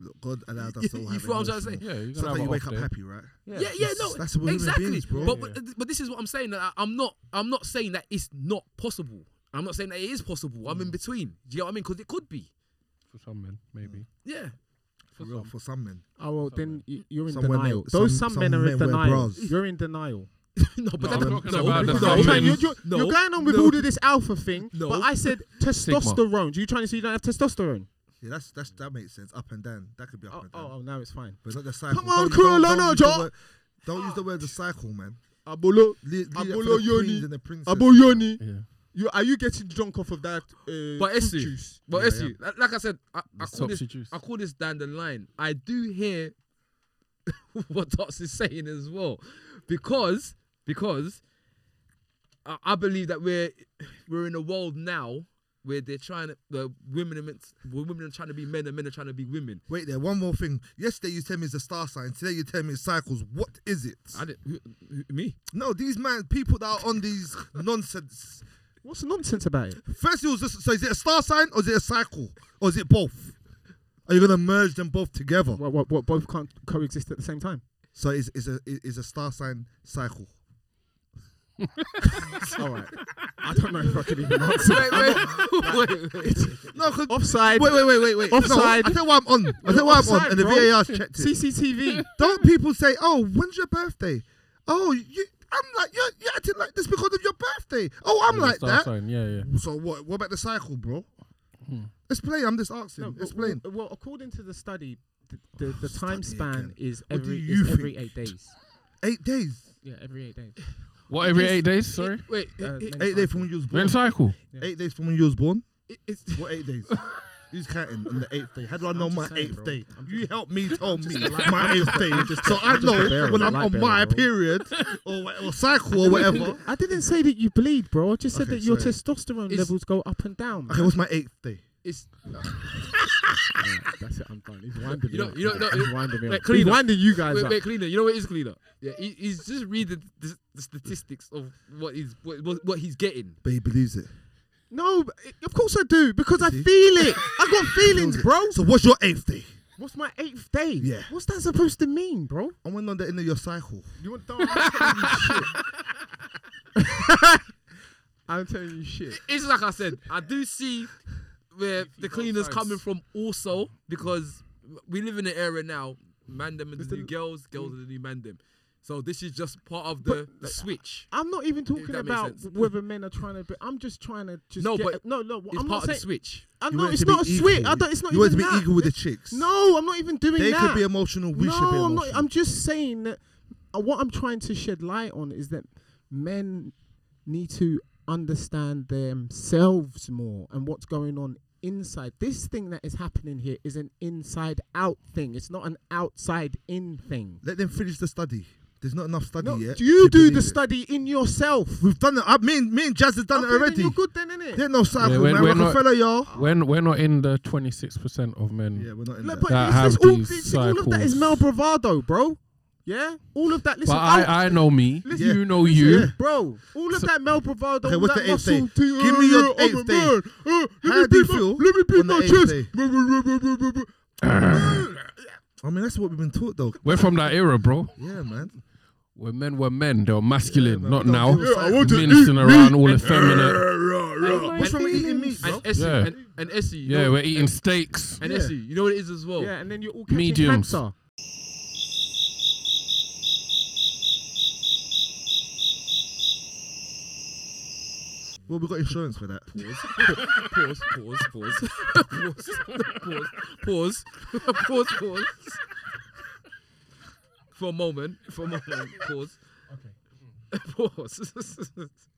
Speaker 4: Look, God allowed us
Speaker 3: You
Speaker 4: to all
Speaker 3: feel
Speaker 4: have
Speaker 3: what I'm trying to say?
Speaker 4: emotional-
Speaker 2: Yeah, you're
Speaker 4: It's not
Speaker 2: gonna
Speaker 4: that you
Speaker 2: have
Speaker 4: wake
Speaker 2: an
Speaker 4: up
Speaker 2: off day.
Speaker 4: happy, right?
Speaker 3: Yeah, yeah,
Speaker 4: That's-
Speaker 3: no,
Speaker 4: that's what we're human
Speaker 3: exactly.
Speaker 4: beings, bro.
Speaker 3: But,
Speaker 2: Yeah,
Speaker 3: but but this is what I'm saying. that I- I'm not I'm not saying that it's not possible. I'm not saying that it is possible. I'm
Speaker 4: Mm.
Speaker 3: in between. Do you know what I mean? Because it could be.
Speaker 2: For some men, maybe.
Speaker 3: Yeah.
Speaker 4: For real, for some men.
Speaker 1: Oh well, then y- you're in
Speaker 4: Some women-
Speaker 1: denial.
Speaker 4: some-
Speaker 1: Those some,
Speaker 4: some
Speaker 1: men are in
Speaker 4: men wear
Speaker 1: denial.
Speaker 4: bras.
Speaker 1: You're in denial.
Speaker 3: no, but
Speaker 2: No,
Speaker 3: that's
Speaker 2: I'm
Speaker 3: no,
Speaker 2: talking about the
Speaker 3: no,
Speaker 2: fact
Speaker 1: No, man,
Speaker 2: women-
Speaker 1: you're, you're,
Speaker 3: no,
Speaker 1: you're going on with
Speaker 3: no.
Speaker 1: all of this alpha thing,
Speaker 3: No.
Speaker 1: but I said testosterone. Do you trying to say you don't have testosterone?
Speaker 4: Yeah, that's that's that makes sense. Up and down. That could be up
Speaker 1: Oh,
Speaker 4: and down.
Speaker 1: oh, oh, now it's fine.
Speaker 4: But not the cycle.
Speaker 1: Come on,
Speaker 4: Don't- don't-
Speaker 1: Cruella,
Speaker 4: don't
Speaker 1: no,
Speaker 4: use the
Speaker 1: Joe.
Speaker 4: word- Don't use the word the cycle, man.
Speaker 1: Abolo,
Speaker 4: Leave, leave that for
Speaker 1: Abolo
Speaker 4: the
Speaker 1: Yoni.
Speaker 4: queens and the princess.
Speaker 1: Aboyoni,
Speaker 2: Yeah.
Speaker 1: you are you getting drunk off of that? Uh,
Speaker 3: But it's
Speaker 1: fruit
Speaker 3: it.
Speaker 1: juice?
Speaker 3: But
Speaker 4: Yeah,
Speaker 3: it's you. Like- Like I said, I, I
Speaker 2: It's
Speaker 3: call this
Speaker 2: Topsy juice.
Speaker 3: I call this down the line. I do hear what Dots is saying as well, because because I, I believe that we're we're in a world now where they're trying to the women are meant where women are trying to be men and men are trying to be women.
Speaker 4: Wait there, one more thing. Yesterday you tell me it's a star sign. Today you tell me it's cycles. What is it?
Speaker 3: I didn't who, who, me.
Speaker 4: No, these man people that are on these nonsense.
Speaker 1: What's the nonsense about it?
Speaker 4: First it was just, so is it a star sign or is it a cycle or is it both? Are you gonna merge them both together?
Speaker 1: What, what, what both can't coexist at the same time?
Speaker 4: So is is a is a star sign cycle?
Speaker 1: All right, I don't know if I can even answer.
Speaker 3: Wait, wait, wait, wait.
Speaker 4: No, 'cause-
Speaker 1: Offside.
Speaker 4: wait, wait, wait, wait, wait.
Speaker 1: Offside.
Speaker 4: No, I tell you why I'm on. I tell you why I'm on,
Speaker 1: Offside,
Speaker 4: and the
Speaker 1: bro.
Speaker 4: VAR's checked it.
Speaker 1: CCTV.
Speaker 4: Don't people say, "Oh, when's your birthday?" Oh, you. I'm like you're, you're acting like this because of your birthday. Oh, I'm
Speaker 2: Yeah,
Speaker 4: like
Speaker 2: star
Speaker 4: that.
Speaker 2: sign, Yeah, yeah.
Speaker 4: So what? What about the cycle, bro?
Speaker 2: Hmm.
Speaker 4: Explain. I'm just asking.
Speaker 1: No, but-
Speaker 4: Explain.
Speaker 1: Well, well, according to the study, the, the, the
Speaker 4: Study
Speaker 1: time span
Speaker 4: again.
Speaker 1: is
Speaker 4: What do
Speaker 1: every
Speaker 4: you
Speaker 1: is every
Speaker 4: think?
Speaker 1: eight days.
Speaker 4: Eight days.
Speaker 1: Yeah, every eight days.
Speaker 2: What every
Speaker 3: It's-
Speaker 2: eight days? Sorry.
Speaker 3: Wait,
Speaker 1: Uh,
Speaker 3: it- it-
Speaker 1: men
Speaker 4: Eight
Speaker 1: cycle.
Speaker 4: days from when you was born.
Speaker 2: Men cycle.
Speaker 1: Yeah.
Speaker 4: Eight days from when you was born.
Speaker 3: it- it's
Speaker 4: What eight days? Who's counting on the eighth day? How do I know
Speaker 1: I'm
Speaker 4: my
Speaker 1: just saying,
Speaker 4: eighth
Speaker 1: bro.
Speaker 4: day?
Speaker 1: I'm
Speaker 4: You help me tell me
Speaker 1: like-
Speaker 4: my eighth day. So I
Speaker 1: I'm just a
Speaker 4: know
Speaker 1: bearer,
Speaker 4: when I'm
Speaker 1: light
Speaker 4: on my
Speaker 1: bearer, bro.
Speaker 4: period or, wha- or cycle or whatever.
Speaker 1: I didn't say that you bleed, bro. I just said
Speaker 4: Okay,
Speaker 1: that your
Speaker 4: sorry.
Speaker 1: testosterone
Speaker 3: It's-
Speaker 1: levels go up and down.
Speaker 4: Okay, what's my eighth day?
Speaker 3: it's
Speaker 1: that's it. I'm done. He's winding
Speaker 3: You know- you know- no, it-
Speaker 1: winding
Speaker 3: wait,
Speaker 1: He's
Speaker 3: clean up.
Speaker 1: winding you guys
Speaker 3: wait,
Speaker 1: up.
Speaker 3: wait, cleaner. You know what it is cleaner? Yeah, he, he's just reading the, the statistics of what he's what, what- what he's getting.
Speaker 4: But he believes it.
Speaker 1: No, but it- of course I do because I
Speaker 4: See?
Speaker 1: feel it. I've got feelings, bro.
Speaker 4: So what's your eighth day?
Speaker 1: What's my eighth day?
Speaker 4: Yeah.
Speaker 1: What's that supposed to mean, bro?
Speaker 4: I went on the end of your cycle.
Speaker 1: You want to I'm telling you shit.
Speaker 3: It's like I said, I do see where the cleaners
Speaker 2: sides.
Speaker 3: coming from also because we live in an era now. Man them and
Speaker 1: It's
Speaker 3: the
Speaker 1: the-
Speaker 3: new girls, girls and the new man them. So this is just part of the, the switch.
Speaker 1: I'm not even talking
Speaker 3: that makes
Speaker 1: about
Speaker 3: sense.
Speaker 1: whether men are trying to. Be, I'm just trying to just.
Speaker 3: No,
Speaker 1: get,
Speaker 3: but
Speaker 1: no, no.
Speaker 3: It's
Speaker 1: I'm
Speaker 3: part
Speaker 1: not
Speaker 3: of the
Speaker 1: saying.
Speaker 3: switch.
Speaker 1: I'm
Speaker 4: You
Speaker 1: not.
Speaker 4: want
Speaker 1: It's
Speaker 4: to be
Speaker 1: not a switch.
Speaker 4: equal.
Speaker 1: I don't, it's not
Speaker 4: You want
Speaker 1: even
Speaker 4: to be
Speaker 1: that.
Speaker 4: equal with the chicks.
Speaker 1: No, I'm not even doing
Speaker 4: They
Speaker 1: that.
Speaker 4: could be emotional. We
Speaker 1: no,
Speaker 4: should be
Speaker 1: I'm
Speaker 4: emotional.
Speaker 1: not. I'm just saying that. Uh, what I'm trying to shed light on is that men need to understand themselves more and what's going on inside. This thing that is happening here is an inside out thing. It's not an outside in thing.
Speaker 4: Let them finish the study. There's not enough study
Speaker 1: No,
Speaker 4: yet.
Speaker 1: you
Speaker 4: to
Speaker 1: do
Speaker 4: believe
Speaker 1: the
Speaker 4: it.
Speaker 1: study in yourself.
Speaker 4: We've done it. I, me, and, me and Jazz have done
Speaker 1: Okay,
Speaker 4: it
Speaker 1: then
Speaker 4: already.
Speaker 1: You're good then, innit?
Speaker 4: There's no cycle,
Speaker 2: we're-
Speaker 4: man.
Speaker 2: we're not-
Speaker 4: Rockefeller, y'all.
Speaker 2: When we're not in the twenty six percent of men.
Speaker 4: Yeah, we're not in
Speaker 1: Look,
Speaker 4: that.
Speaker 1: but
Speaker 2: That
Speaker 1: it's
Speaker 2: have
Speaker 1: just all,
Speaker 2: these
Speaker 1: this- all of that is
Speaker 2: cycles.
Speaker 1: male bravado, bro. Yeah, all of that. Listen,
Speaker 2: but I,
Speaker 1: I'll-
Speaker 2: I, know me.
Speaker 1: Listen,
Speaker 2: you know you.
Speaker 4: yeah.
Speaker 1: bro, all of
Speaker 4: So-
Speaker 1: that male bravado,
Speaker 4: Okay,
Speaker 1: all
Speaker 4: what's
Speaker 1: that
Speaker 4: the eighth
Speaker 1: muscle.
Speaker 4: day?
Speaker 1: to-
Speaker 4: Give
Speaker 1: uh,
Speaker 4: me your
Speaker 1: yeah, I'm a
Speaker 4: eighth day.
Speaker 1: man. Uh, let
Speaker 4: How
Speaker 1: me
Speaker 4: do you
Speaker 1: beat my-
Speaker 4: feel
Speaker 1: Let me beat
Speaker 4: on the
Speaker 1: my
Speaker 4: eighth day?
Speaker 1: chest.
Speaker 4: I mean, that's what we've been taught, though.
Speaker 2: We're from that era, bro.
Speaker 4: Yeah, man.
Speaker 2: When men were men, they were masculine.
Speaker 4: man,
Speaker 2: not
Speaker 4: we
Speaker 2: now.
Speaker 4: don't do it. Yeah, I want
Speaker 1: to
Speaker 2: Mincing
Speaker 1: eat
Speaker 2: around all effeminate.
Speaker 4: Oh, What's wrong with eating meat, bro?
Speaker 3: And Essie,
Speaker 2: Yeah.
Speaker 3: and, and Essie, you
Speaker 2: Yeah,
Speaker 3: know,
Speaker 2: we're eating steaks.
Speaker 3: and
Speaker 4: Yeah.
Speaker 3: Essie, you know what it is as well.
Speaker 1: Yeah, and then you're all catching
Speaker 2: Mediums.
Speaker 1: cancer.
Speaker 4: Well, we got insurance for that. Mm,
Speaker 3: Pause, pause, pause, pause, pause, pause, pause, pause. For a moment, for a moment, pause. Okay. Pause.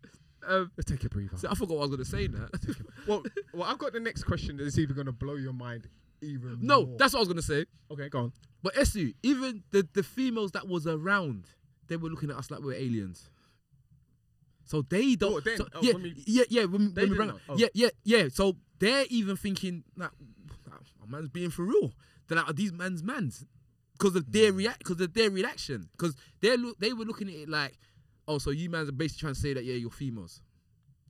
Speaker 3: um,
Speaker 1: Let's take a breather.
Speaker 3: so I forgot what I was gonna say now.
Speaker 1: well, well, I've got the next question that's either going to blow your mind even
Speaker 3: no,
Speaker 1: more.
Speaker 3: that's what I was gonna say.
Speaker 1: Okay, go on.
Speaker 3: But Essie, even the, the females that was around, they were looking at us like we were aliens. So they don't.
Speaker 1: Oh, then-
Speaker 3: so-
Speaker 1: oh,
Speaker 3: yeah,
Speaker 1: when we-
Speaker 3: yeah, yeah, when,
Speaker 1: They
Speaker 3: when
Speaker 1: didn't
Speaker 3: we rang
Speaker 1: know.
Speaker 3: up-
Speaker 1: Oh.
Speaker 3: Yeah, yeah, yeah. So they're even thinking that like, our man's being for real. They're like, are these man's mans? Because of their
Speaker 1: Hmm.
Speaker 3: react, because of their reaction, because they look, they were looking at it like, oh, so you mans are basically trying to say that yeah, you're females.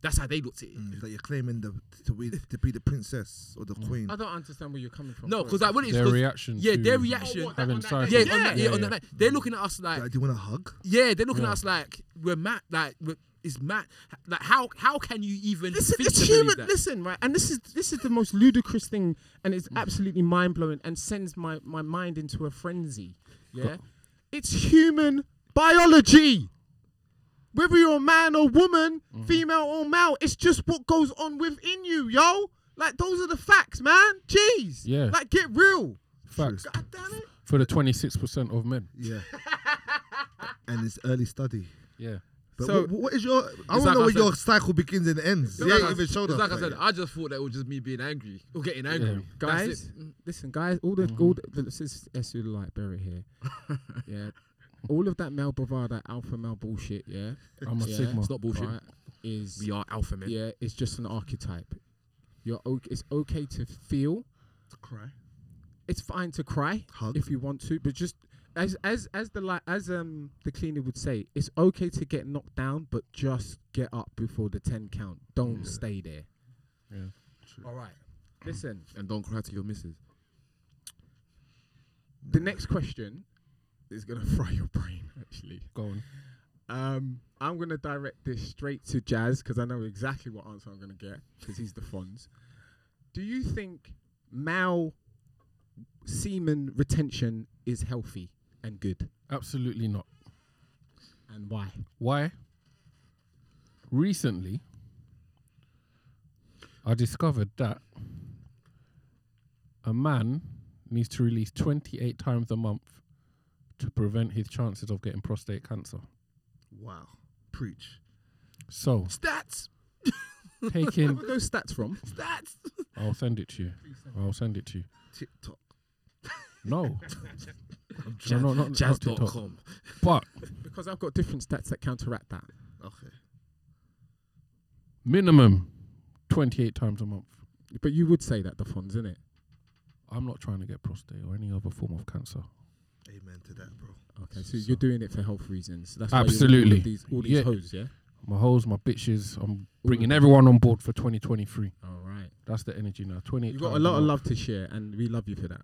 Speaker 3: That's how they looked at it.
Speaker 1: Hmm.
Speaker 4: Mm, it's like you're claiming the, to, be, to be the princess or the queen.
Speaker 1: I don't understand where you're coming from.
Speaker 3: No, because like what it is,
Speaker 2: Their
Speaker 3: 'cause-
Speaker 2: reaction.
Speaker 3: yeah,
Speaker 2: to
Speaker 3: their reaction.
Speaker 1: Oh, what,
Speaker 2: Having
Speaker 1: on that
Speaker 2: cycles.
Speaker 1: day?
Speaker 3: yeah,
Speaker 1: Yeah,
Speaker 3: on that, yeah,
Speaker 2: yeah,
Speaker 3: on that
Speaker 2: yeah.
Speaker 3: night, they're looking at us like
Speaker 4: Like, do you want a hug?
Speaker 3: Yeah, they're looking
Speaker 2: Yeah.
Speaker 3: at us like we're mad. Like we're, it's mad. Like how how can you even
Speaker 1: Listen,
Speaker 3: think
Speaker 1: it's
Speaker 3: to believe
Speaker 1: human.
Speaker 3: that?
Speaker 1: Listen, right, and this is this is the most ludicrous thing, and it's
Speaker 3: Mm.
Speaker 1: absolutely mind blowing, and sends my my mind into a frenzy. Yeah, it's human biology. Whether you're a man or woman,
Speaker 3: Mm-hmm.
Speaker 1: female or male, it's just what goes on within you, yo. Like those are the facts, man. Jeez.
Speaker 2: Yeah.
Speaker 1: Like get real.
Speaker 2: Facts.
Speaker 1: God damn it.
Speaker 2: For the 26% of men.
Speaker 4: Yeah. and it's early study.
Speaker 2: Yeah.
Speaker 4: But
Speaker 1: So-
Speaker 4: what, what is your? I
Speaker 3: It's
Speaker 4: want to
Speaker 3: like
Speaker 4: know
Speaker 3: I
Speaker 4: where your
Speaker 3: said-
Speaker 4: cycle begins and ends.
Speaker 3: It's
Speaker 4: Yeah,
Speaker 3: like I-
Speaker 4: even showed
Speaker 3: it's
Speaker 4: us.
Speaker 3: like I said, I just thought that was just me being angry or getting angry.
Speaker 2: Yeah.
Speaker 3: That's
Speaker 1: guys, mm,
Speaker 3: it. Mm-hmm.
Speaker 1: listen, guys, all the all the, this is SU Lightberry here. yeah. All of that male bravado, alpha male bullshit, yeah.
Speaker 2: I'm a
Speaker 1: yeah,
Speaker 2: Sigma.
Speaker 3: It's not bullshit.
Speaker 1: right, is
Speaker 3: We are alpha men.
Speaker 1: yeah, it's just an archetype. You're okay, it's okay to feel.
Speaker 4: cry.
Speaker 1: It's fine to cry
Speaker 4: Hug.
Speaker 1: if you want to, but just as as as the li- as um the cleaner would say, it's okay to get knocked down, but just get up before the ten count. Don't stay there.
Speaker 2: Yeah.
Speaker 1: All right. Listen,
Speaker 3: And don't cry to your missus.
Speaker 1: the next question is gonna fry your brain. Actually,
Speaker 2: Go on.
Speaker 1: Um, I'm gonna direct this straight to Jazz because I know exactly what answer I'm gonna get because he's the Fonz. Do you think male semen retention is healthy and good,
Speaker 2: Absolutely not.
Speaker 1: and why?
Speaker 2: Why? Recently, I discovered that a man needs to release 28 times a month to prevent his chances of getting prostate cancer.
Speaker 4: Wow. Preach.
Speaker 2: So,
Speaker 3: Stats,
Speaker 2: taking.
Speaker 1: Where are those stats from?
Speaker 3: stats.
Speaker 2: I'll send it to you. I'll send it to you.
Speaker 4: TikTok.
Speaker 2: No. no, no, not, not TikTok.
Speaker 3: Jazz.com.
Speaker 2: But
Speaker 1: Because I've got different stats that counteract that.
Speaker 4: Okay.
Speaker 2: minimum 28 times a month.
Speaker 1: But you would say that the Fonz, innit?
Speaker 2: I'm not trying to get prostate or any other form of cancer.
Speaker 4: Amen to that, bro.
Speaker 1: Okay, so, you're doing it for health reasons. That's Why you're
Speaker 2: Absolutely.
Speaker 1: all these, all these
Speaker 2: Yeah.
Speaker 1: hoes, yeah.
Speaker 2: My hoes, my bitches. I'm
Speaker 1: All of
Speaker 2: bringing
Speaker 1: them.
Speaker 2: everyone on board for 2023.
Speaker 1: All right.
Speaker 2: That's the energy now. 28.
Speaker 1: You've got a
Speaker 2: times
Speaker 1: lot of
Speaker 2: month.
Speaker 1: love to share, and we love you for that.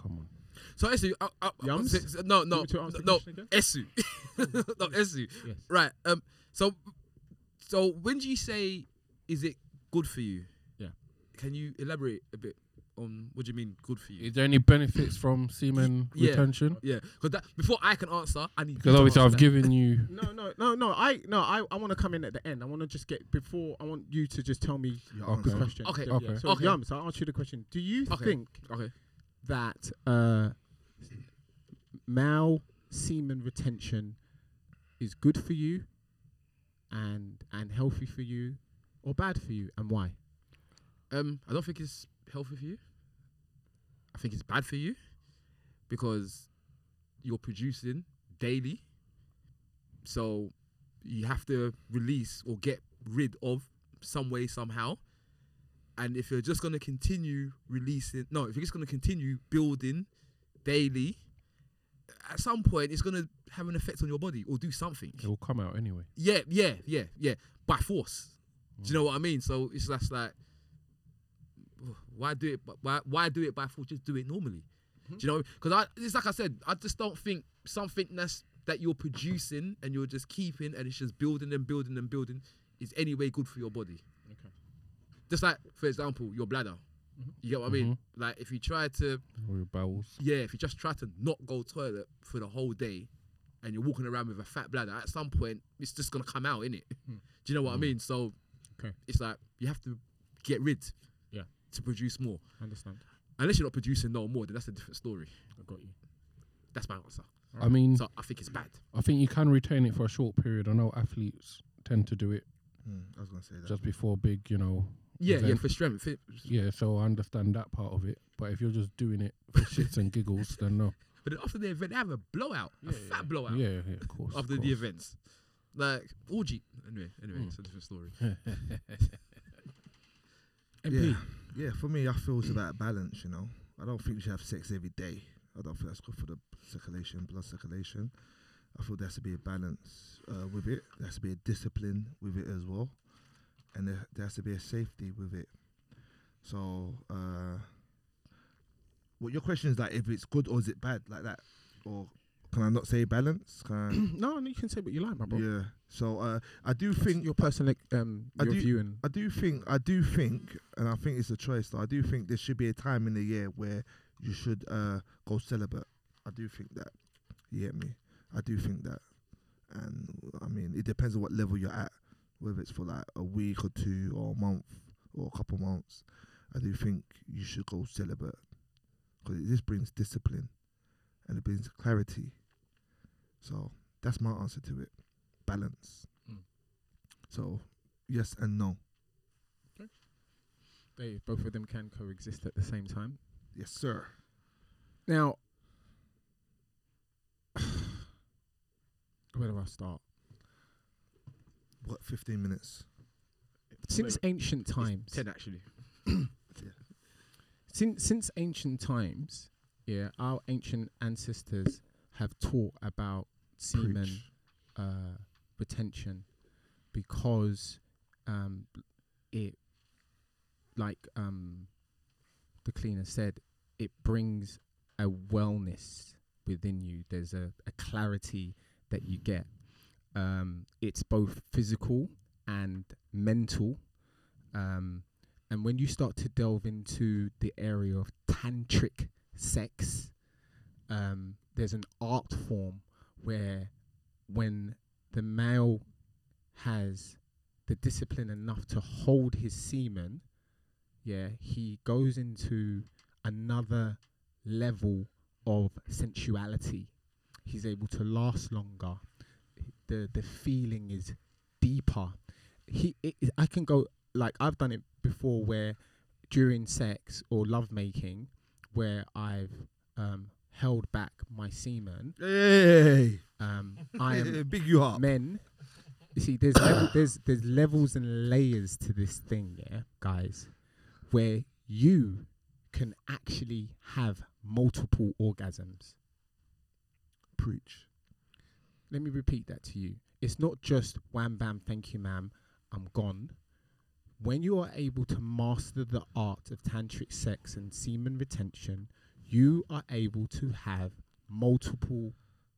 Speaker 2: Come on.
Speaker 3: So uh, Essu, I, I, I-
Speaker 1: Yums?
Speaker 3: s- s- no,
Speaker 1: You
Speaker 3: no,
Speaker 1: want me to answer the
Speaker 3: no,
Speaker 1: question again?
Speaker 3: Essu, no, Essu.
Speaker 1: Yes.
Speaker 3: Right. Um. So, so when do you say is it good for you?
Speaker 1: Yeah.
Speaker 3: Can you elaborate a bit on what do you mean good for you?
Speaker 2: Is there any benefits from semen
Speaker 3: Yeah.
Speaker 2: retention?
Speaker 3: Yeah, because that before I can answer, I need
Speaker 2: Because obviously I've given you.
Speaker 1: No, no, no, no. I no, I, I want to come in at the end. I want to just get before. I want you to just tell me
Speaker 4: Your
Speaker 2: Okay.
Speaker 1: the
Speaker 4: answer.
Speaker 1: question.
Speaker 3: Okay,
Speaker 1: So,
Speaker 2: okay.
Speaker 1: So,
Speaker 3: Okay.
Speaker 1: Yums, I'll ask you the question. Do you
Speaker 3: Okay.
Speaker 1: think
Speaker 3: Okay,
Speaker 1: that uh, male semen retention is good for you and and healthy for you, or bad for you, and why?
Speaker 3: um, I don't think it's healthy for you. I think it's bad for you because you're producing daily, so you have to release or get rid of some way somehow. And if you're just gonna continue releasing, no, if you're just gonna continue building daily, at some point it's gonna have an effect on your body or do something.
Speaker 2: It will come out anyway.
Speaker 3: Yeah, yeah, yeah, yeah. By force. Do you know what I mean? So it's just like, why do it? b- Why why do it by force? Just do it normally. Do you know? Because I it's like I said, I just don't think something that's that you're producing and you're just keeping and it's just building and building and building is anyway good for your body.
Speaker 5: Okay.
Speaker 3: Just like for example, your bladder. You get what I mean? Like if you try to
Speaker 2: Or your bowels.
Speaker 3: yeah, if you just try to not go toilet for the whole day and you're walking around with a fat bladder, at some point it's just gonna come out, innit?
Speaker 2: Hmm.
Speaker 3: Do you know what I mean? So
Speaker 5: Okay.
Speaker 3: it's like you have to get rid
Speaker 5: Yeah.
Speaker 3: to produce more.
Speaker 5: I understand.
Speaker 3: Unless you're not producing no more, then that's a different story.
Speaker 5: I got you.
Speaker 3: That's my answer.
Speaker 2: I mean,
Speaker 3: So I think it's bad.
Speaker 2: I think you can retain it for a short period. I know athletes tend to do it
Speaker 4: Mm, I was gonna say that.
Speaker 2: just before big, you know.
Speaker 3: Yeah, yeah,
Speaker 2: event.
Speaker 3: for strength. it-
Speaker 2: Yeah, so I understand that part of it. But if you're just doing it for shits and giggles, then no.
Speaker 3: But then after the event, they have a blowout, a fat blowout
Speaker 2: Yeah, yeah, of course.
Speaker 3: after
Speaker 2: of course.
Speaker 3: the events. Like orgy. Anyway, anyway, it's a different story.
Speaker 5: MP.
Speaker 4: Yeah. Yeah, for me, I feel it's about balance, you know. I don't think we should have sex every day. I don't think that's good for the circulation, blood circulation. I feel there has to be a balance uh, with it. There has to be a discipline with it as well. And there, there has to be a safety with it. So, uh, well, your question is like if it's good or is it bad, like that? Or can I not say balance? Can
Speaker 1: no, no, you can say what you like, my
Speaker 4: I,
Speaker 1: bro.
Speaker 4: yeah. So, uh, I do
Speaker 1: I think
Speaker 4: think
Speaker 1: your personal um
Speaker 4: I
Speaker 1: your
Speaker 4: do-
Speaker 1: view and
Speaker 4: I do think I do think, and I think it's a choice. Though I do think there should be a time in the year where you should uh, go celibate. I do think that. You get me? I do think that, and I mean it depends on what level you're at, whether it's for like a week or two or a month or a couple months. I do think you should go celibate because this brings discipline and it brings clarity. So that's my answer to it: balance.
Speaker 5: Mm.
Speaker 4: So yes and no.
Speaker 1: they both of them can coexist at the same time.
Speaker 4: Yes, sir.
Speaker 1: Now, where do I start?
Speaker 4: What, 15 minutes?
Speaker 1: Since ancient
Speaker 3: It's
Speaker 1: times,
Speaker 3: ten actually.
Speaker 1: since since ancient times, yeah, our ancient ancestors have taught about semen
Speaker 4: Preach.
Speaker 1: uh, retention because um, it, like um, the cleaner said, it brings a wellness within you. There's a, a clarity that you get. Um, it's both physical and mental. Um, and when you start to delve into the area of tantric sex, um, there's an art form where when the male has the discipline enough to hold his semen, yeah, he goes into another level of sensuality. He's able to last longer. The the feeling is deeper. He it, it- I can go like I've done it before where during sex or lovemaking where I've um, held back my semen.
Speaker 4: Hey!
Speaker 1: Um, I am
Speaker 4: Big you up.
Speaker 1: men. You see, there's level, there's there's levels and layers to this thing, yeah, guys, where you can actually have multiple orgasms.
Speaker 4: Preach.
Speaker 1: Let me repeat that to you. It's not just wham bam, thank you, ma'am, I'm gone. When you are able to master the art of tantric sex and semen retention, you are able to have multiple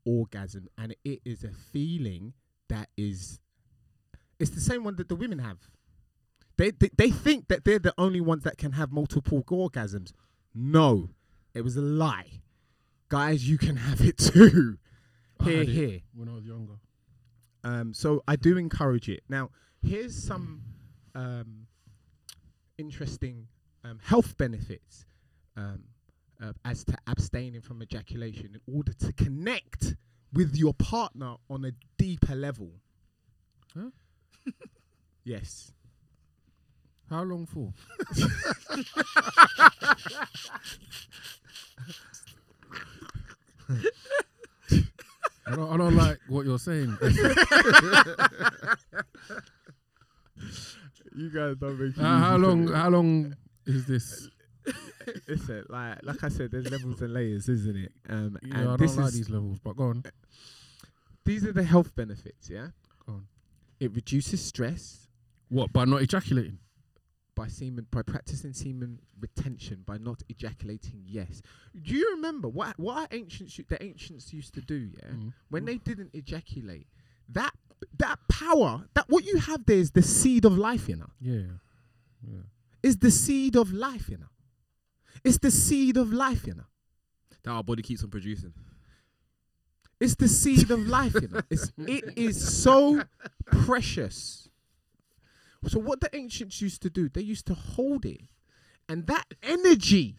Speaker 1: orgasm and it is a feeling that is it's the same one that the women have. They, they they think that they're the only ones that can have multiple orgasms. No, it was a lie. Guys, you can have it too.
Speaker 2: I
Speaker 1: Here,
Speaker 2: had it
Speaker 1: here.
Speaker 2: When I was younger.
Speaker 1: Um, so I do encourage it. Now, here's some um, interesting um, health benefits um, uh, as to abstaining from ejaculation in order to connect with your partner on a deeper level.
Speaker 2: Huh?
Speaker 1: yes.
Speaker 2: How long for? I don't, I don't like what you're saying. Uh,
Speaker 1: You guys don't make
Speaker 2: Uh, how long? How long is this?
Speaker 1: Listen, like like I said, there's levels and layers, isn't it? Um,
Speaker 2: Yeah,
Speaker 1: and
Speaker 2: I
Speaker 1: this
Speaker 2: don't like
Speaker 1: is
Speaker 2: these levels, but go on.
Speaker 1: these are the health benefits. Yeah,
Speaker 2: Go on.
Speaker 1: it reduces stress
Speaker 2: What, by not ejaculating?
Speaker 1: by semen by practicing semen retention by not ejaculating. Yes. Do you remember what what our ancients u- the ancients used to do? Yeah,
Speaker 2: Mm.
Speaker 1: when they didn't ejaculate, that that power that what you have there is the seed of life in her.
Speaker 2: Yeah. Yeah.
Speaker 1: Is the seed of life in her. It's the seed of life in her.
Speaker 3: that our body keeps on producing.
Speaker 1: It's the seed of life, you know. It's, it is so precious. So what the ancients used to do, they used to hold it, and that energy,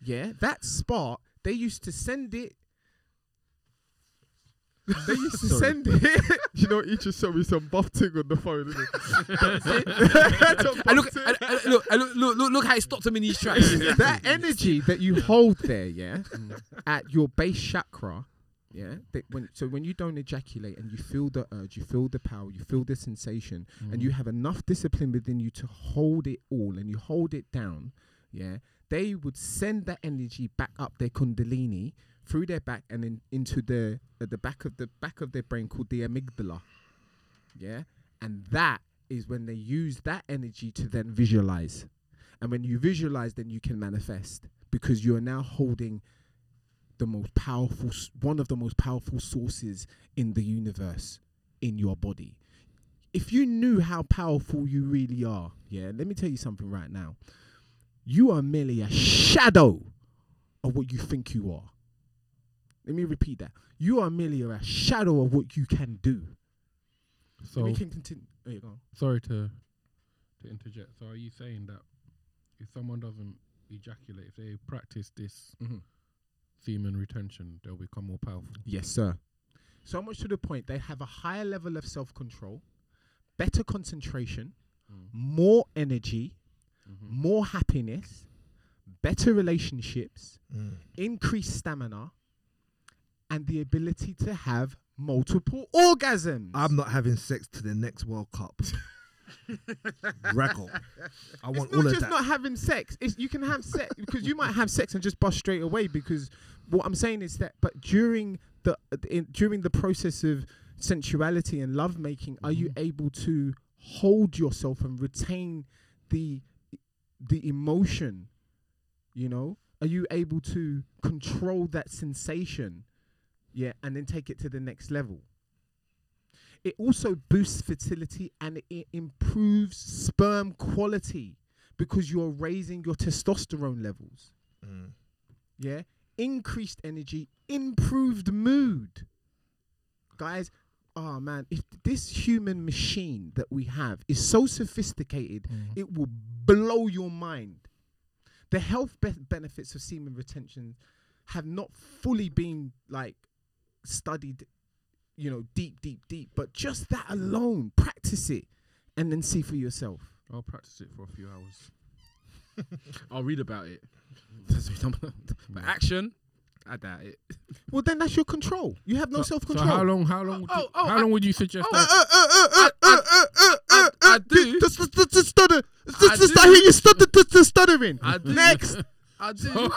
Speaker 1: yeah, that spark, they used to send it. They used to send it. you know, he just showed me some buff thing on the phone. Isn't
Speaker 3: And look, and, and look, and look, look, look, look how it stopped him in his tracks.
Speaker 1: that energy that you hold there, yeah, at your base chakra, yeah. That when so when you don't ejaculate and you feel the urge, you feel the power, you feel the sensation,
Speaker 2: Mm.
Speaker 1: and you have enough discipline within you to hold it all, and you hold it down, yeah. They would send that energy back up their kundalini through their back and in, into the uh, the back of the back of their brain called the amygdala, yeah. And that is when they use that energy to then visualize. And when you visualize, then you can manifest because you are now holding the most powerful, s- one of the most powerful sources in the universe in your body. If you knew how powerful you really are, yeah, let me tell you something right now. You are merely a shadow of what you think you are. Let me repeat that. You are merely a shadow of what you can do.
Speaker 2: So,
Speaker 1: we can continue. Oh, yeah, go on.
Speaker 2: sorry to to interject. So, are you saying that if someone doesn't ejaculate, if they practice this
Speaker 1: Mhm.
Speaker 2: semen retention, they'll become more powerful?
Speaker 1: Yes, sir. So much to the point, they have a higher level of self control, better concentration,
Speaker 2: Mm.
Speaker 1: more energy,
Speaker 2: Mm-hmm.
Speaker 1: more happiness, better relationships,
Speaker 4: Mm.
Speaker 1: increased stamina, and the ability to have multiple orgasms.
Speaker 4: I'm not having sex to the next World Cup. Raggle. I want
Speaker 1: it's not
Speaker 4: all of
Speaker 1: just
Speaker 4: that.
Speaker 1: not having sex. It's you can have sex because you might have sex and just bust straight away. Because what I'm saying is that, but during the in, during the process of sensuality and lovemaking, are you
Speaker 4: Mm-hmm.
Speaker 1: able to hold yourself and retain the the emotion? You know, are you able to control that sensation? Yeah, and then take it to the next level. It also boosts fertility and it improves sperm quality because you're raising your testosterone levels.
Speaker 4: Mm.
Speaker 1: Yeah. Increased energy, improved mood. Guys, oh man, if this human machine that we have is so sophisticated, it will blow your mind. The health be- benefits of semen retention have not fully been like studied, you know, deep, deep, deep, but just that alone, practice it and then see for yourself.
Speaker 2: I'll practice it for a few hours.
Speaker 3: I'll read about it. but action, I doubt it.
Speaker 1: Well, then that's your control. You have no
Speaker 2: So-
Speaker 1: self
Speaker 2: So how
Speaker 1: control.
Speaker 2: long? How long? Would you,
Speaker 3: Oh, oh,
Speaker 2: how
Speaker 3: I-
Speaker 2: long would you suggest?
Speaker 3: oh,
Speaker 1: Uh,
Speaker 2: that?
Speaker 3: I, I, I, I do.
Speaker 1: Just, just, just, just stutter. Just,
Speaker 3: I
Speaker 1: just, just, I
Speaker 3: do.
Speaker 1: hear you stutter, just, just stuttering.
Speaker 3: I do.
Speaker 1: Next,
Speaker 3: I do.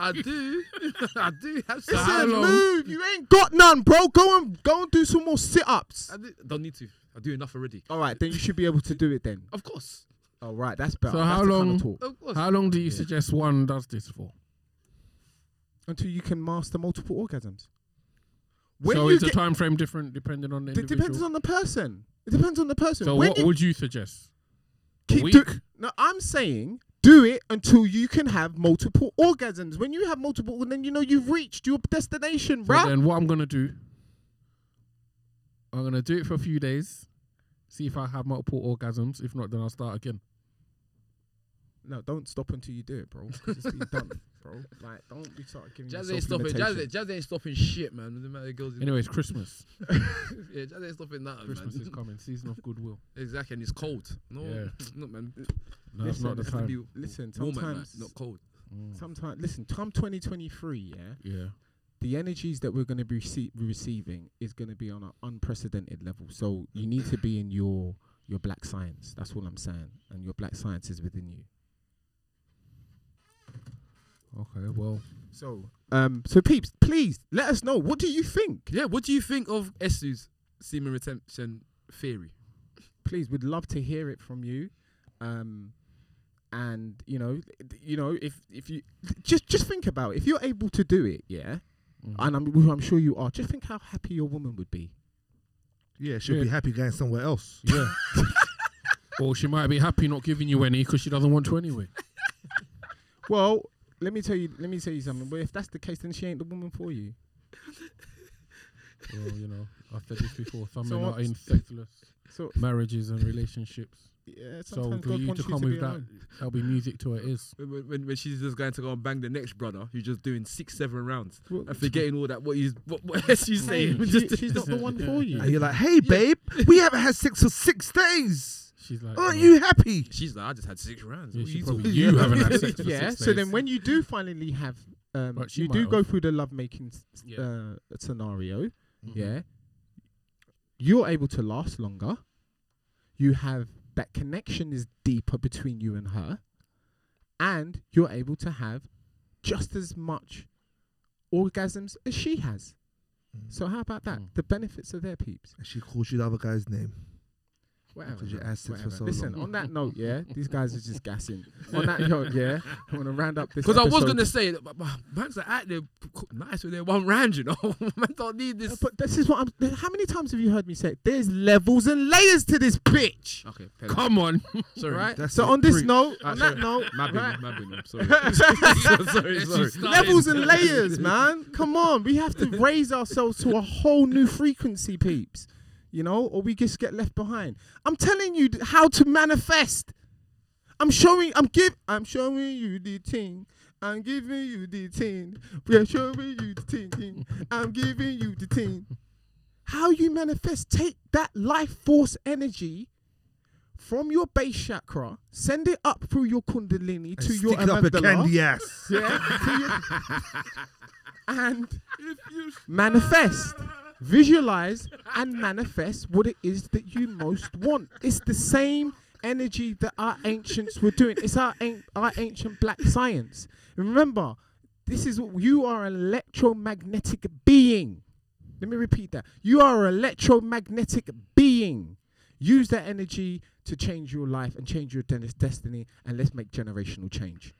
Speaker 3: I do. I do have
Speaker 1: it's
Speaker 2: how
Speaker 1: a
Speaker 3: sex.
Speaker 2: long?
Speaker 1: move. You ain't got none, bro. Go and go and do some more sit-ups.
Speaker 3: I do. Don't need to. I do enough already.
Speaker 1: All right, then you should be able to do it then.
Speaker 3: Of course.
Speaker 1: All right, that's better.
Speaker 2: So
Speaker 1: That's
Speaker 2: how
Speaker 1: the kind of
Speaker 2: long-
Speaker 1: talk.
Speaker 3: Of course.
Speaker 2: How long do you suggest one does this for?
Speaker 1: until you can master multiple orgasms?
Speaker 2: so
Speaker 1: you
Speaker 2: is the
Speaker 1: get-
Speaker 2: time frame different depending on the
Speaker 1: it
Speaker 2: individual?
Speaker 1: depends on the person. It depends on the person.
Speaker 2: so
Speaker 1: when
Speaker 2: what
Speaker 1: you
Speaker 2: would you suggest? A
Speaker 1: keep
Speaker 2: week?
Speaker 1: do- No, I'm saying do it until you can have multiple orgasms. When you have multiple, then you know you've reached your destination,
Speaker 2: So
Speaker 1: bruh.
Speaker 2: then what I'm gonna do? I'm gonna do it for a few days, see if I have multiple orgasms. If not, then I'll start again.
Speaker 1: No, don't stop until you do it, bro. 'cause it's been done, bro. Like, don't be start giving
Speaker 3: Jazz ain't
Speaker 1: yourself
Speaker 3: stopping. Jazz,
Speaker 1: limitations.
Speaker 3: Jazz ain't stopping shit, man. with The amount of girls in
Speaker 2: Anyway, it's Christmas.
Speaker 3: yeah, Jazz ain't stopping nothing,
Speaker 2: Christmas is
Speaker 3: man.
Speaker 2: coming. Season of goodwill.
Speaker 3: Exactly, and it's cold. No,
Speaker 2: Yeah.
Speaker 3: no, man.
Speaker 2: No, it's not the
Speaker 1: Listen,
Speaker 2: time.
Speaker 1: Listen,
Speaker 3: Warm at night,
Speaker 1: sometimes,
Speaker 3: not cold.
Speaker 2: Mm.
Speaker 1: sometimes, listen, Tom 2023, yeah,
Speaker 2: Yeah.
Speaker 1: the energies that we're going to be rece- receiving is going to be on an unprecedented level. So you need to be in your your black science. That's all I'm saying, and your black science is within you.
Speaker 2: Okay, well,
Speaker 1: So, um, so peeps, please let us know. What do you think?
Speaker 3: Yeah, what do you think of Esu's semen retention theory?
Speaker 1: Please, we'd love to hear it from you. Um, and you know, th- you know, if if you just just think about it. if you're able to do it, yeah,
Speaker 2: mm.
Speaker 1: and I'm who I'm sure you are. Just think how happy your woman would be.
Speaker 4: Yeah, she'll be
Speaker 2: Yeah.
Speaker 4: happy going somewhere else.
Speaker 2: yeah. Or she might be happy not giving you any because she doesn't want to anyway.
Speaker 1: Well, let me tell you. Let me tell you something. Well, if that's the case, then she ain't the woman for you.
Speaker 2: Well, you know, I've said this before. Some
Speaker 1: So
Speaker 2: men
Speaker 1: what-
Speaker 2: are in sexless
Speaker 1: So
Speaker 2: marriages and relationships.
Speaker 1: yeah,
Speaker 2: So
Speaker 1: sometimes
Speaker 2: for
Speaker 1: God
Speaker 2: you
Speaker 1: wants
Speaker 2: to
Speaker 1: you
Speaker 2: come
Speaker 1: to be
Speaker 2: with that,
Speaker 1: alone.
Speaker 2: that'll be music to her ears.
Speaker 3: When- When, when, when she's just going to go and bang the next brother who's just doing six, seven rounds
Speaker 1: Well,
Speaker 3: and forgetting all that what he's what, what Esu's saying.
Speaker 1: Hey,
Speaker 3: just
Speaker 1: she- she's not the one for you.
Speaker 4: And you're like, hey, babe, we haven't had sex for six days.
Speaker 2: She's like,
Speaker 4: Aren't
Speaker 2: "Oh,
Speaker 4: you happy?
Speaker 3: she's like, I just had six rounds.
Speaker 2: Yeah,
Speaker 3: What
Speaker 2: she
Speaker 3: you
Speaker 2: probably,
Speaker 3: talking
Speaker 2: you
Speaker 3: about?"
Speaker 2: haven't had sex for
Speaker 1: yeah.
Speaker 2: six
Speaker 1: So
Speaker 2: days."
Speaker 1: then, when you do finally have, um,
Speaker 2: But she
Speaker 1: you
Speaker 2: might
Speaker 1: do
Speaker 2: have.
Speaker 1: go through the lovemaking s-
Speaker 2: Yeah.
Speaker 1: uh, scenario.
Speaker 2: Mhm.
Speaker 1: Yeah, you're able to last longer. You have that connection is deeper between you and her, and you're able to have just as much orgasms as she has. So how about that?
Speaker 2: Mm.
Speaker 1: The benefits are there, peeps.
Speaker 4: And she calls you the other guy's name.
Speaker 1: Whatever.
Speaker 4: Because your
Speaker 1: man,
Speaker 4: ass sits for
Speaker 1: whatever.
Speaker 4: so
Speaker 1: Listen,
Speaker 4: long.
Speaker 1: on that note, yeah, these guys are just gassing. on that note, yeah, I'm gonna round up this.
Speaker 3: Because I was
Speaker 1: episode.
Speaker 3: gonna say, that, but- but man's are out there p- c- nice with their one round, you know. Man don't need
Speaker 1: Uh,
Speaker 3: this.
Speaker 1: But this is what I'm. th- How many times have you heard me say? There's levels and layers to this bitch,
Speaker 3: okay, fair enough.
Speaker 2: come on,
Speaker 3: sorry.
Speaker 1: right?
Speaker 4: That's
Speaker 1: so
Speaker 4: it,
Speaker 1: on this
Speaker 4: preach.
Speaker 1: note,
Speaker 3: Ah,
Speaker 1: on that note,
Speaker 3: My bad,
Speaker 1: right?
Speaker 3: my bad, I'm sorry. sorry, sorry.
Speaker 1: levels and layers, man. Come on, we have to raise ourselves to a whole new frequency, peeps. You know, or we just get left behind. I'm telling you th- how to manifest. I'm showing. I'm give. I'm showing you the thing. I'm giving you the thing. We're showing you the thing. I'm giving you the thing. How you manifest? Take that life force energy from your base chakra, send it up through your kundalini
Speaker 4: And
Speaker 1: to your
Speaker 4: stick it up a
Speaker 1: amygdala.
Speaker 4: candy ass.
Speaker 1: Yeah. to your- and manifest. Visualize and manifest what it is that you most want. It's the same energy that our ancients were doing. It's our an- our ancient black science. Remember, this is what you are an electromagnetic being. Let me repeat that. You are an electromagnetic being. Use that energy to change your life and change your de- destiny, and let's make generational change.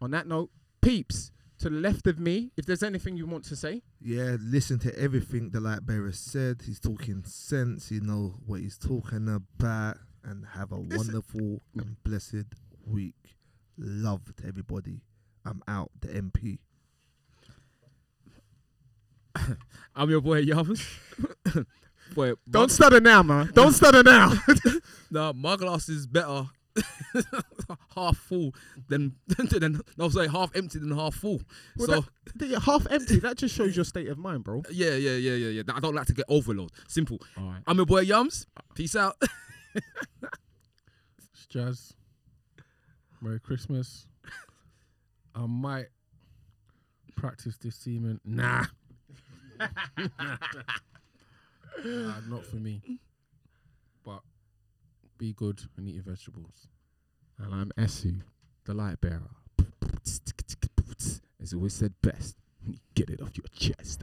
Speaker 1: On that note, peeps to the left of me, if there's anything you want to say,
Speaker 4: Yeah, listen to everything the light bearer said. He's talking sense. You know what he's talking about. And have a wonderful and blessed week. Love to everybody. I'm out. The MP.
Speaker 3: I'm your boy Yavas. boy,
Speaker 1: don't stutter now, man. Don't stutter now.
Speaker 3: No, my glass is better half full than than no, sorry, half empty than half full.
Speaker 1: Well,
Speaker 3: so
Speaker 1: You're half empty. That just shows your state of mind, bro.
Speaker 3: yeah, yeah, yeah, yeah, yeah. I don't like to get overload. Simple.
Speaker 1: All right.
Speaker 3: I'm your boy Yums. Peace out.
Speaker 2: It's Jazz. Merry Christmas. I might practice this semen. Nah. nah. Not for me. But be good and eat your vegetables.
Speaker 1: And I'm Esu, the light bearer. As always said best, get it off your chest.